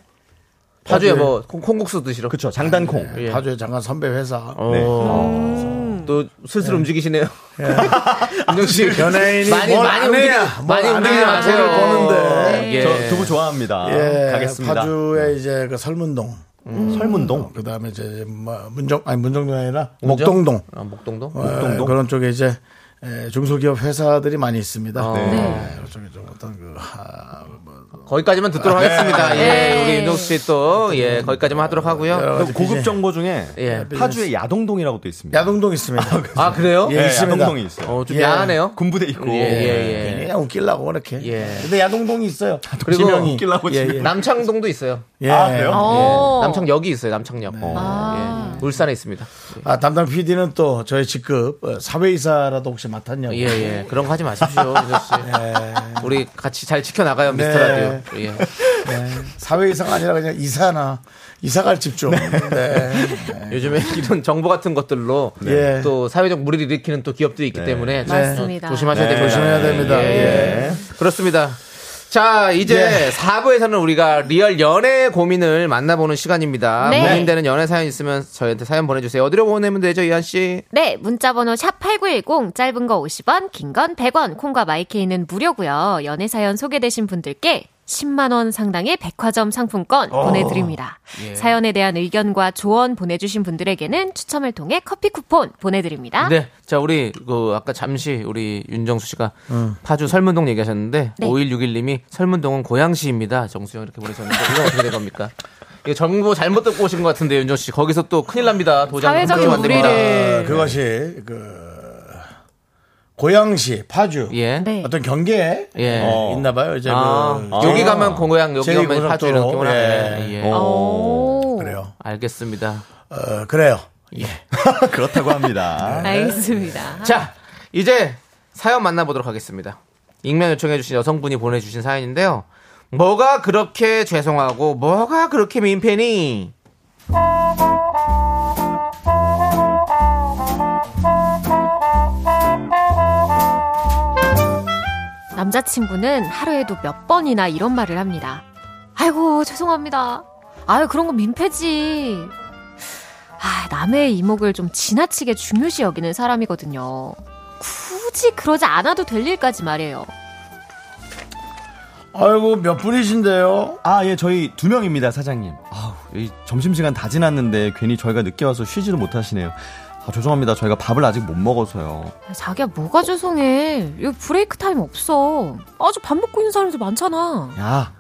파주에 뭐 콩, 콩국수 드시러. 그쵸, 장단콩. 예. 파주에 잠깐 선배 회사. 네. 어. 음. 또 슬슬 움직이시네요. 윤정수 씨. 연예인이 많이, 뭘 많이 안 움직이, 해야, 뭘 많이 안 움직이지 해야 마세요. 돈을 버는데. 아, 예. 저 두 분 좋아합니다. 네. 예, 가겠습니다. 네. 음. 파주에 이제 그 설문동. 설문동. 그 다음에 이제 뭐 문정, 아니 문정동이 아니라 문정? 목동동. 아, 목동동? 어, 목동동? 그런 쪽에 이제 에, 중소기업 회사들이 많이 있습니다. 네. 네, 그쪽에 좀 어떤 그, 아, 거기까지만 듣도록 네. 하겠습니다. 예. 우리 윤정수 씨 또, 예, 거기까지만 하도록 하고요. 그 고급 정보 중에 예. 파주에 야동동이라고 또 있습니다. 네. 야동동 있습니다. 아, 그래요? 예, 네, 있습니다. 야동동이 있어요. 어, 좀 예. 야하네요. 군부대 있고. 예, 예, 예. 그냥 웃기려고 이렇게. 예. 근데 야동동이 있어요. 그리고 아, 지명이. 웃기려고 예, 지금. 예. 남창동도 있어요. 예. 아, 그래요? 어. 남창역이 있어요. 남창역. 아. 예. 울산에 있습니다. 네. 아, 담당 PD는 또 저의 직급 어, 사회이사라도 혹시 맡았냐고. 예, 예. 그런 거 하지 마십시오. 윤정 씨. 우리 같이 잘 지켜나가요, 미스터 예. 네. 라디오. 예. 사회이사가 아니라 그냥 이사나 이사 갈 집 좀. 네. 요즘에 이런 정보 같은 것들로 네. 또 사회적 무리를 일으키는 또 기업들이 있기 때문에 좀 맞습니다. 조심하셔야 됩니다. 네. 조심해야 됩니다. 예. 그렇습니다. 자, 이제 예. 사 4부에서는 우리가 리얼 연애 고민을 만나보는 시간입니다. 네. 고민되는 연애 사연 있으면 저희한테 사연 보내주세요. 어디로 보내면 되죠, 이한 씨? 네, 문자번호 샵8910, 짧은 거 50원, 긴 건 100원, 콩과 마이케이는 무료고요 연애사연 소개되신 분들께 10만원 상당의 백화점 상품권 어. 보내드립니다. 예. 사연에 대한 의견과 조언 보내주신 분들에게는 추첨을 통해 커피 쿠폰 보내드립니다. 네. 자, 우리, 그, 아까 잠시 우리 윤정수 씨가 음. 파주 설문동 얘기하셨는데, 네. 5161님이 설문동은 고양시입니다. 정수영 이렇게 보내셨는데, 이거 어떻게 된 겁니까? 이거 정보 잘못 듣고 오신 것 같은데, 윤정수 씨. 거기서 또 큰일 납니다. 도장 사회적인 안 됩니다. 무리를. 아, 그것이 그 고양시 파주 예. 네. 어떤 경계에 예. 어, 있나 봐요. 이제 아, 그 여기 제- 가면 고양, 여기 제2 가면 파주 이런 고속도로. 경우는. 예. 예. 예. 오. 그래요. 알겠습니다. 예. 어, 그래요. 그렇다고 합니다. 알겠습니다. 아. 자, 이제 사연 만나보도록 하겠습니다. 익명 요청해주신 여성분이 보내주신 사연인데요. 뭐가 그렇게 죄송하고, 뭐가 그렇게 민폐니? 남자친구는 하루에도 몇 번이나 이런 말을 합니다. 아이고, 죄송합니다. 아유, 그런 거 민폐지. 아, 남의 이목을 좀 지나치게 중요시 여기는 사람이거든요. 굳이 그러지 않아도 될 일까지 말이에요. 아이고 몇 분이신데요? 아, 예, 저희 두 명입니다, 사장님. 아우, 이 점심시간 다 지났는데 괜히 저희가 늦게 와서 쉬지를 못하시네요. 아, 죄송합니다. 저희가 밥을 아직 못 먹어서요. 야, 자기야, 뭐가 죄송해. 여기 브레이크 타임 없어. 아주 밥 먹고 있는 사람들 많잖아. 야,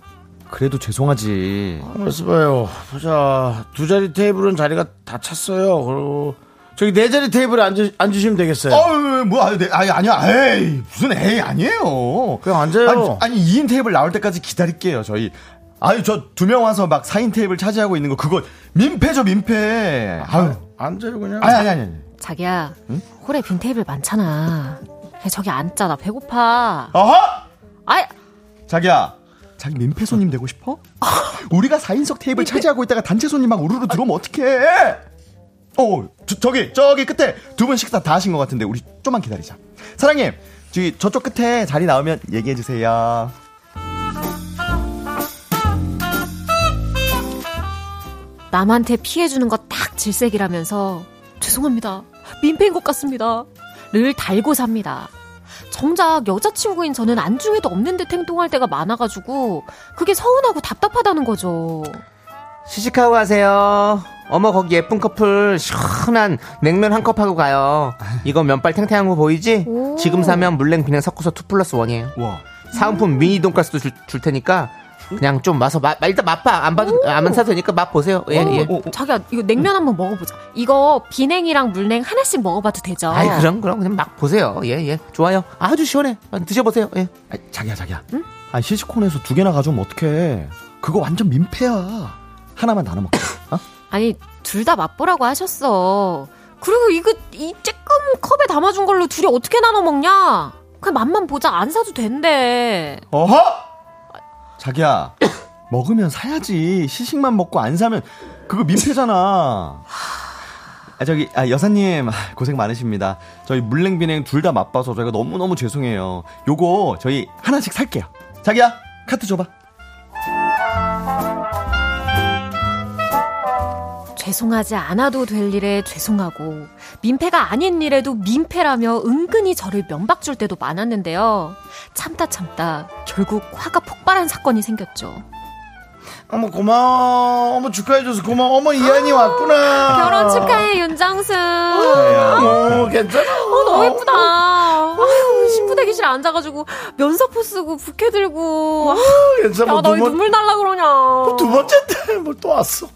그래도 죄송하지. 그래서 봐요. 보자 두 자리 테이블은 자리가 다 찼어요. 그리고 저기 네 자리 테이블에 앉으, 앉으시면 되겠어요. 아유, 뭐, 아유, 네, 아니, 아니야. 에이, 무슨 에이, 아니에요. 그냥 앉아요. 아니, 아니, 2인 테이블 나올 때까지 기다릴게요, 저희. 아유, 저 두 명 와서 막 4인 테이블 차지하고 있는 거, 그거, 민폐죠, 민폐. 아유. 앉아요 그냥. 아니, 아니, 아니. 아니. 자기야, 홀에 빈 테이블 많잖아. 야, 저기 앉자, 나 배고파. 어허! 아이, 자기야, 자기 민폐 손님 되고 싶어? 우리가 4인석 테이블 차지하고 있다가 단체 손님 막 아. 우르르 들어오면 어떡해? 어, 저, 저기, 저기 끝에 두 분 식사 다 하신 것 같은데 우리 좀만 기다리자. 사장님, 저기 저쪽 끝에 자리 나오면 얘기해 주세요. 남한테 피해주는 거 딱 질색이라면서 죄송합니다. 민폐인 것 같습니다. 를 달고 삽니다. 정작 여자친구인 저는 안중에도 없는 듯 행동할 때가 많아가지고 그게 서운하고 답답하다는 거죠. 시식하고 가세요. 어머 거기 예쁜 커플 시원한 냉면 한 컵 하고 가요. 이거 면발 탱탱한 거 보이지? 오. 지금 사면 물냉 그냥 섞어서 2 플러스 1이에요. 와, 사은품 미니 돈가스도 줄, 줄 테니까 그냥 좀 와서 마, 마- 일단 맛봐. 안 봐도 안 사도 되니까 맛 보세요. 예 예. 어, 자기야 이거 냉면 한번 먹어보자. 이거 비냉이랑 물냉 하나씩 먹어봐도 되죠? 아이 그럼 그럼 그냥 막 보세요. 예 예. 좋아요. 아주 시원해. 아, 드셔보세요. 예. 자기야, 자기야. 아, 시식콘에서 두 개나 가져오면 어떡해? 그거 완전 민폐야. 하나만 나눠 먹자. 어? 아니 둘 다 맛보라고 하셨어. 그리고 이거 이 쬐끔 컵에 담아준 걸로 둘이 어떻게 나눠 먹냐? 그냥 맛만 보자 안 사도 된대. 어허! 자기야, 먹으면 사야지. 시식만 먹고 안 사면 그거 민폐잖아. 아, 저기, 아, 여사님, 아, 고생 많으십니다. 저희 물냉비냉 둘 다 맛봐서 저희가 너무너무 죄송해요. 요거 저희 하나씩 살게요. 자기야, 카트 줘봐. 죄송하지 않아도 될 일에 죄송하고 민폐가 아닌 일에도 민폐라며 은근히 저를 면박줄 때도 많았는데요. 참다 참다 결국 화가 폭발한 사건이 생겼죠. 어머 고마워. 어머 축하해줘서 고마워. 어머 이한이 왔구나. 결혼 축하해 윤장수. 어, 아, 괜찮아. 어, 너무 예쁘다. 아유, 신부대기실 앉아가지고 면사포 쓰고 부케 들고. 아, 괜찮아. 야, 뭐 너 왜 두 번- 어, 눈물 날라 그러냐. 두 번째 때 뭘 또 왔어.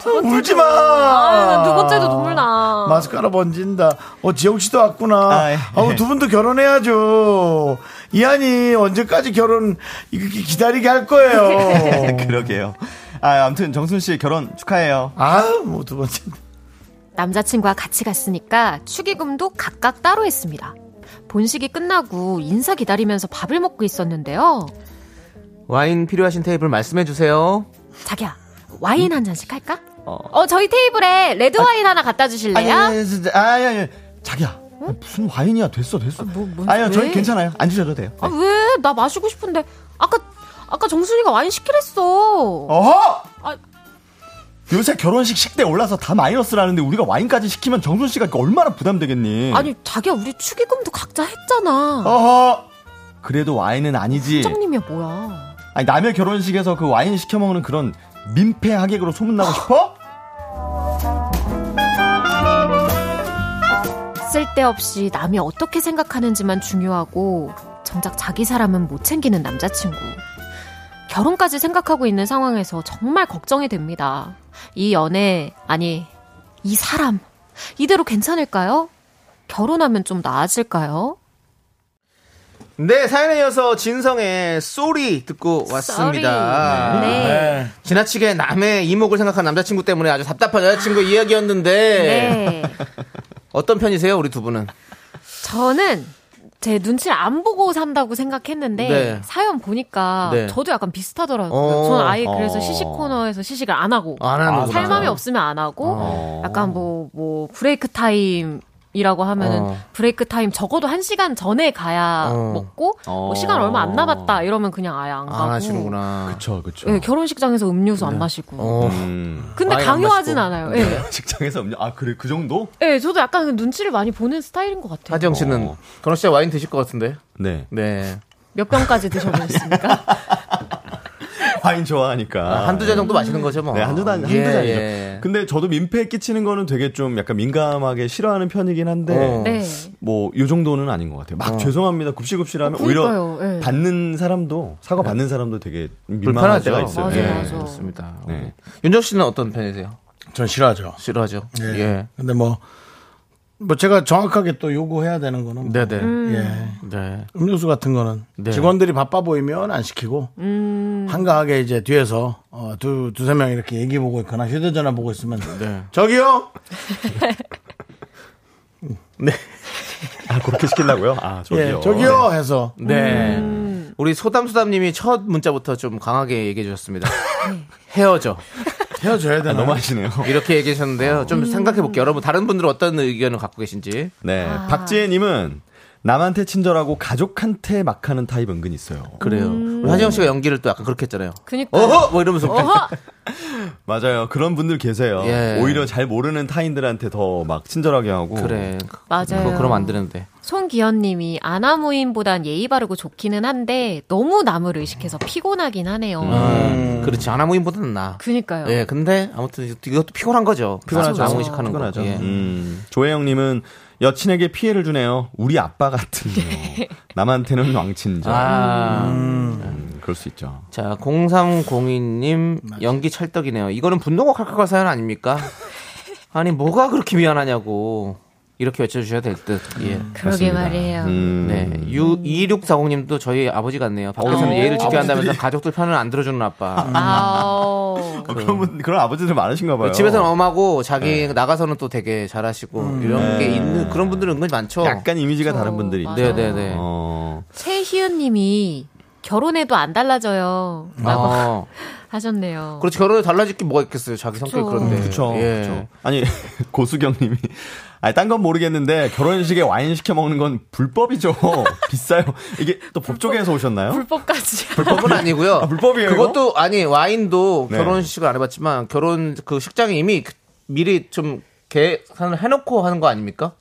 두 번째도. 울지 마. 아유, 두 번째도 눈물 나. 마스카라 번진다. 어, 지영 씨도 왔구나. 아, 예. 아우, 두 분도 결혼해야죠. 이한이 언제까지 결혼 이렇게 기다리게 할 거예요. 그러게요. 아, 아무튼 정순 씨 결혼 축하해요. 아, 뭐 두 번째. 남자친구와 같이 갔으니까 축의금도 각각 따로 했습니다. 본식이 끝나고 인사 기다리면서 밥을 먹고 있었는데요. 와인 필요하신 테이블 말씀해 주세요. 자기야, 와인 한 잔씩 할까? 어. 어, 저희 테이블에 레드 와인 하나 갖다 음? 아니, 주실래요? 아니, 아니, 예, 진짜, 아니, 아니, 자기야. 무슨 와인이야? 됐어, 됐어. 뭔- 아니요, 뭐, 예, 왜? 저희 괜찮아요. 안 주셔도 돼요. 아, 왜? 나 마시고 싶은데. 아까, 아까 정순이가 와인 시키랬어. 어허! 아. 요새 결혼식 식대 올라서 다 마이너스라는데 우리가 와인까지 시키면 정순 씨가 얼마나 부담되겠니? 아니, 자기야, 우리 축의금도 각자 했잖아. 어허! 그래도 와인은 아니지. 부장님이야, 뭐야. 아니, 남의 결혼식에서 그 와인 시켜 먹는 그런 민폐 하객으로 소문나고 싶어? 쓸데없이 남이 어떻게 생각하는지만 중요하고 정작 자기 사람은 못 챙기는 남자친구. 결혼까지 생각하고 있는 상황에서 정말 걱정이 됩니다. 이 연애, 아니, 이 사람, 이대로 괜찮을까요? 결혼하면 좀 나아질까요? 네, 사연에 이어서 진성의 쏘리 듣고 왔습니다. 쏘리. 네. 지나치게 남의 이목을 생각한 남자친구 때문에 아주 답답한 여자친구 이야기였는데 네. 어떤 편이세요, 우리 두 분은? 저는 제 눈치를 안 보고 산다고 생각했는데 네. 사연 보니까 네. 저도 약간 비슷하더라고요. 어. 저는 아예 그래서 어. 시식 코너에서 시식을 안 하고 안 하는구나. 살 맘이 없으면 안 하고 어. 약간 뭐 뭐 브레이크 타임 이라고 하면은 어. 브레이크 타임 적어도 한 시간 전에 가야 어. 먹고 뭐 어. 시간 얼마 안 남았다 이러면 그냥 아예 안 가고 안 하시는구나. 그쵸, 그쵸. 예, 결혼식장에서 음료수 안 마시고 어. 근데 와인 안 강요하진 마시고. 않아요. 예. 네. 직장에서 음료 아 그래 그 정도? 예, 저도 약간 눈치를 많이 보는 스타일인 것 같아요. 하지영 씨는 결혼 시에 와인 드실 것 같은데. 어. 네. 네. 몇 병까지 드셔보셨습니까? 와인 좋아하니까 한두 잔 정도 마시는 거죠, 뭐. 네, 한두 잔, 한두 예, 잔이죠. 예. 근데 저도 민폐 끼치는 거는 되게 좀 약간 민감하게 싫어하는 편이긴 한데, 어. 네. 뭐 요 정도는 아닌 것 같아요. 막 죄송합니다 굽실굽실하면 그러니까요, 오히려 예. 받는 사람도 사과 받는 사람도 되게 민망할 네. 불편하죠. 때가 있어요. 맞아요, 예. 맞아요. 그렇습니다. 네. 윤정 씨는 어떤 편이세요? 전 싫어하죠. 싫어하죠. 예. 예. 근데 뭐, 뭐 제가 정확하게 또 요구해야 되는 거는 뭐, 네, 네. 음. 예. 네. 음료수 같은 거는 네. 직원들이 바빠 보이면 안 시키고 한가하게 이제 뒤에서 어, 두 두세 명 이렇게 얘기 보고 있거나 휴대전화 보고 있으면 저기요 네. 아, 그렇게 시키려고요? 아, 저기요. 예, 저기요 해서 네. 우리 소담소담님이 첫 문자부터 좀 강하게 얘기해 주셨습니다. 헤어져. 아, 헤어져야 되나 너무 하시네요. 이렇게 얘기해 주셨는데요. 좀 생각해 볼게요. 여러분, 다른 분들은 어떤 의견을 갖고 계신지. 네. 박지혜님은 남한테 친절하고 가족한테 막 하는 타입 은근 있어요. 그래요. 우리 하지영 씨가 연기를 또 약간 그렇게 했잖아요. 음. 그니까. 어허! 뭐 이러면서. 어허! 맞아요. 그런 분들 계세요. 예. 오히려 잘 모르는 타인들한테 더 막 친절하게 하고. 그래. 맞아요. 그거 그러면 안 되는데. 송기현님이 아나무인보단 예의 바르고 좋기는 한데 너무 남을 의식해서 피곤하긴 하네요. 음. 그렇지. 아나무인보다는 나. 그니까요. 예, 근데 아무튼 이것도 피곤한 거죠. 피곤하죠. 나무 의식하는 거. 피곤하죠. 예. 음, 조혜영님은 여친에게 피해를 주네요. 우리 아빠 같은 요 남한테는 왕친절. 아. 음, 그럴 수 있죠. 자, 0302님 연기 찰떡이네요. 이거는 분노가 칼칼할 사연 아닙니까? 아니 뭐가 그렇게 미안하냐고. 이렇게 외쳐주셔야 될 듯. 예. 음, 그러게 말이에요. 네. 유, 2640님도 저희 아버지 같네요. 밖에서는 어. 예의를 지켜야 한다면서 아버지들이- 가족들 편을 안 들어주는 아빠. 아. 그런 분, 그런 아버지들 많으신가 봐요. 네. 집에서는 엄하고 자기 나가서는 또 되게 잘하시고 이런 게 있는 그런 분들은 은근 많죠. 음, 약간 이미지가 다른 분들이 있죠. 어. 네네네. 최희은 님이 결혼해도 안 달라져요. 라고 아. 하셨네요. 그렇지 결혼에 달라질 게 뭐가 있겠어요. 자기 성격이 그쵸. 그런데. 음, 그쵸. 예. 그쵸. 아니, 고수경님이. 아니, 딴 건 모르겠는데, 결혼식에 와인 시켜 먹는 건 불법이죠. 비싸요. 이게 또 법조계에서 오셨나요? 불법까지. 불법은 아니고요. 불법이에요, 그것도 아니 와인도 네. 결혼식을 안 해봤지만 결혼 그 식장에 이미 미리 좀 계산을 해놓고 하는 거 아닙니까?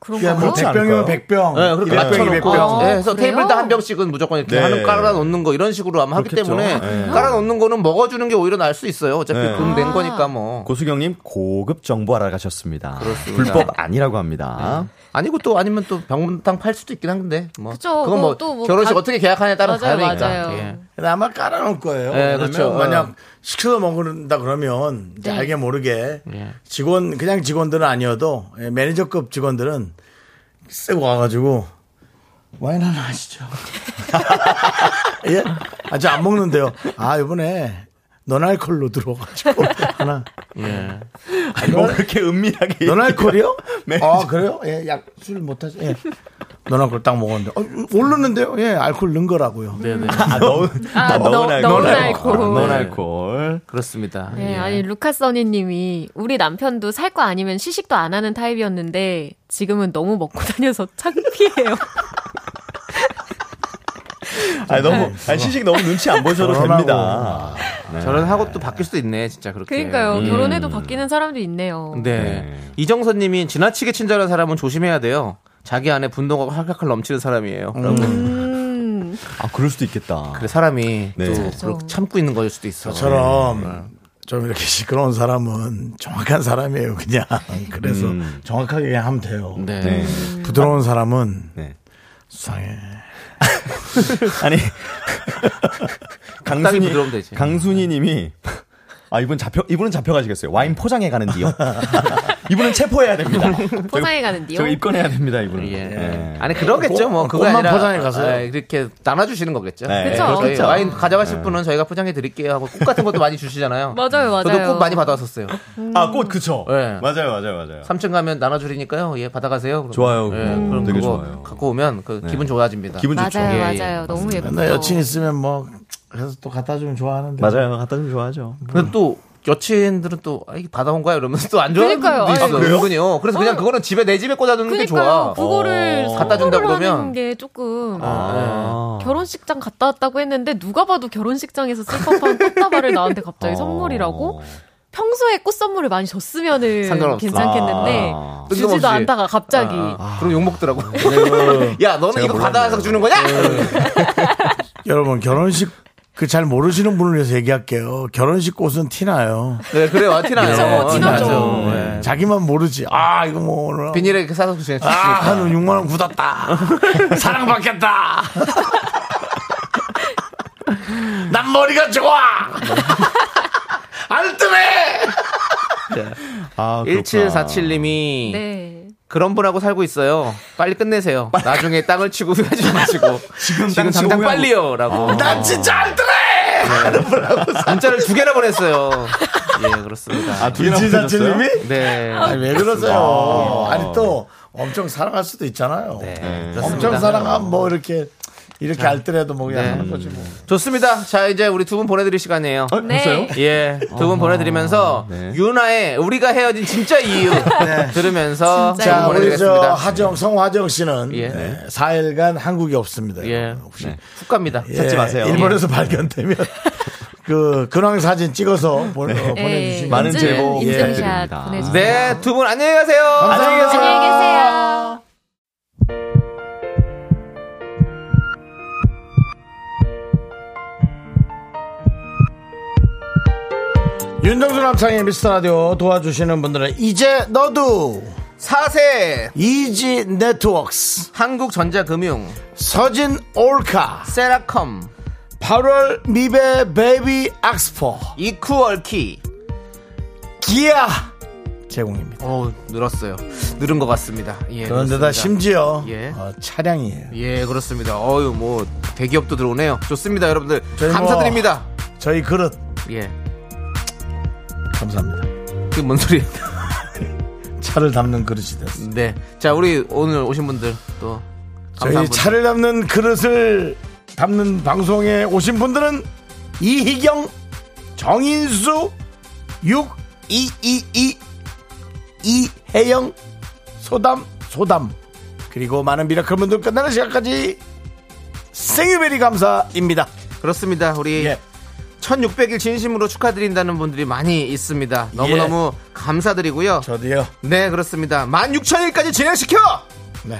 그런 야, 뭐 100병이면 100병. 네, 그렇게 맞춰놓고. 네, 아, 그래서 테이블 다한 병씩은 무조건 이렇게 네. 하나 깔아 놓는 거 이런 식으로 아마 하기 그렇겠죠. 때문에 네. 깔아 놓는 거는 먹어주는 게 오히려 나을 수 있어요. 어차피 네. 돈 아. 낸 거니까 뭐. 고수경님, 고급 정보 알아가셨습니다. 그렇습니다. 불법 아니라고 합니다. 아니고 또 아니면 또 병문탕 팔 수도 있긴 한데. 뭐. 그쵸, 건뭐 그것도 뭐 결혼식 다- 어떻게 계약하냐에 따라 맞아요, 다르니까. 맞아요. 예. 근데 아마 깔아놓을 거예요. 네, 왜냐면 그렇죠. 만약 시켜서 먹는다 그러면 이제 네. 알게 모르게 예. 직원 그냥 직원들은 아니어도 예, 매니저급 직원들은 쓰고 와가지고 와인 하나 하시죠. 예? 아, 저 안 먹는데요. 아, 이번에 논알콜로 들어가지고 하나. 예. 아니, 뭐 그렇게 은밀하게. 논알콜이요? 네. 아, 그래요? 예, 약술 못하죠. 예. 논알콜 딱 먹었는데. 어, 오르는데요? 예, 알콜 넣은 거라고요. 네네. 아, 넣은, 아, 아, 넣- 넣은 알콜. 넣은 알콜. 넣은 알콜. 그렇습니다. 네, 예. 아니 루카 써니님이 우리 남편도 살 거 아니면 시식도 안 하는 타입이었는데 지금은 너무 먹고 다녀서 창피해요. 네. 아니, 너무, 네. 아니, 시식 너무 눈치 안 보셔도 결혼하고. 됩니다. 네. 저런 하고 또 바뀔 수도 있네, 진짜 그렇게. 그러니까요. 음. 결혼해도 바뀌는 사람도 있네요. 네. 이정선님이 지나치게 친절한 사람은 조심해야 돼요. 자기 안에 분노가 활활 넘치는 사람이에요. 라고. 음, 아, 그럴 수도 있겠다. 그래 사람이 음. 네. 그렇죠. 또 그렇게 참고 있는 거일 수도 네. 있어. 아, 예, 저처럼 좀 이렇게 시끄러운 사람은 정확한 사람이에요, 그냥. 그래서 정확하게 그냥 하면 돼요. 음. 네. 네. 부드러운 사람은 네. 수상해. 아니 적당히 부드러우면 되지. 강순이님이 아 이분 잡혀 이분은 잡혀가시겠어요. 와인 포장해 가는디요. 이분은 체포해야 됩니다. 음, 포장해 가는데요. 저 입건해야 됩니다 이분. 은 예. 아니 그러겠죠. 뭐 그거 꽃만 아니라 포장해 가세요. 아, 이렇게 나눠주시는 거겠죠. 네. 그쵸, 저희 그쵸. 와인 가져가실 분은 저희가 포장해 드릴게요 하고 꽃 같은 것도 많이 주시잖아요. 맞아요, 맞아요. 저도 꽃 많이 받아왔었어요. 아꽃 그쵸. 네. 맞아요 맞아요 맞아요. 3층 가면 나눠주리니까요. 예, 받아가세요. 그럼. 좋아요. 예, 음, 그럼 되게 그거 좋아요. 네. 갖고 오면 그 기분 좋아집니다. 기분 좋죠. 네, 맞아요, 예, 맞아요. 너무 예쁘죠. 맨날 여친 있으면 뭐 그래서 또 갖다 주면 좋아하는데. 맞아요 갖다 주면 좋아하죠. 근데 또 여친들은 또 아, 이게 받아온 거야 이러면서 또 안 좋아하는 그러니까요. 분도 있어요. 아, 그래요? 은근히요. 그래서 그냥 그거는 집에 내 집에 꽂아두는 게 그러니까요. 좋아. 그거를 어. 네. 갖다 갖다 준다 준다 그 하는 그러면 게 조금 어. 아. 결혼식장 갔다 왔다고 했는데 누가 봐도 결혼식장에서 쓸 법한 꽃다발을 나한테 어. 갑자기 선물이라고 평소에 꽃 선물을 많이 줬으면은 상관없어. 괜찮겠는데 아. 뜬금없이. 아, 주지도 않다가 갑자기 아. 그럼 욕 먹더라고. 야 너는 이거 받아와서 주는 거냐? 여러분 결혼식 그 잘 모르시는 분을 위해서 얘기할게요. 결혼식 꽃은 티나요. 네 그래 와 티나요. 그쵸, 티나죠. 티나죠. 네. 자기만 모르지. 아 이거 뭐 오늘 비닐에 이렇게 싸서 주시는 아, 한 6만 원 굳었다. 사랑받겠다. 난 머리가 좋아. 네. 알뜰해. 아, 그렇구나. 1747님이 네. 그런 분하고 살고 있어요. 빨리 끝내세요. 나중에 땅을 치고 하지 마시고 지금, 땅 치고 당장 후회하고. 아. 빨리요라고. 난 진짜 네. 알뜰해. 문자를 두 개나 보냈어요. 예 그렇습니다. 아, 두 개나 이지사칠님이? 보내셨어요? 네. 아니 왜 그러세요? 아니 또 엄청 사랑할 수도 있잖아요. 네, 네, 그렇습니다. 엄청 사랑하면 뭐 이렇게 이렇게 알뜰해도 뭐 그냥 네. 하는 거지 뭐. 좋습니다. 자, 이제 우리 두 분 보내드릴 시간이에요. 어, 네. 벌써요? 예, 두 분 보내드리면서 네. 유나의 우리가 헤어진 진짜 이유 들으면서 진짜 자, 자, 우리 저 보내드리겠습니다. 네. 하정 성화정 씨는 예. 네, 4일간 한국에 없습니다. 예, 혹시 훅 갑니다. 예, 찾지 마세요. 일본에서 발견되면 그 근황 사진 찍어서 네. 보, 내 예, 주시면 예. 많은 인증, 제보 인증샷 부탁드립니다. 보내주세요. 네, 두 분 안녕히 가세요. 안녕히 계세요. 안녕히 계세요. 윤정수 남창의 미스터 라디오 도와주시는 분들은 이제 너도 4세 이지 네트워크스 한국전자금융 서진 올카 세라컴 8월 미베 베이비 악스포 이쿠얼키 기아 제공입니다. 어 늘었어요. 늘은 것 같습니다. 예, 그런데다 늘었습니다. 심지어 예. 어, 차량이에요. 예 그렇습니다. 어유 뭐 대기업도 들어오네요. 좋습니다 여러분들 저희 뭐- 감사드립니다. 저희 그릇 예 감사합니다. 그게 뭔 소리예요? 차를 담는 그릇이 됐어. 네. 자, 우리 오늘 오신 분들 또 저희 감사한 분들. 차를 담는 그릇을 담는 방송에 오신 분들은 이희경, 정인수, 6222, 이혜영, 소담, 소담. 그리고 많은 미라클 분들 끝나는 시간까지 생유베리 감사입니다. 그렇습니다. 우리 예. 1600일 진심으로 축하드린다는 분들이 많이 있습니다. 너무너무 감사드리고요. 예. 저도요. 네, 그렇습니다. 16,000일까지 진행시켜! 네.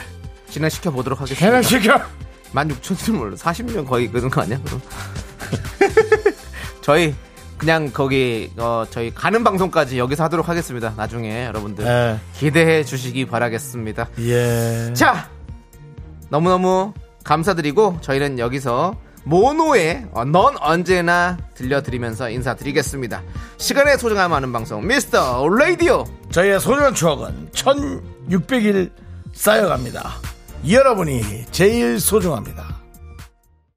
진행시켜 보도록 하겠습니다. 진행시켜! 16,000일 몰라. 40년 거의 그런 거 아니야? 그럼? 저희 그냥 거기 어, 저희 가는 방송까지 여기서 하도록 하겠습니다. 나중에 여러분들 네. 기대해 주시기 바라겠습니다. 예. 자, 너무너무 감사드리고 저희는 여기서 모노의 어, 넌 언제나 들려드리면서 인사드리겠습니다. 시간의 소중함 아는 방송 미스터 라디오 저희의 소중한 추억은 1600일 쌓여갑니다. 여러분이 제일 소중합니다.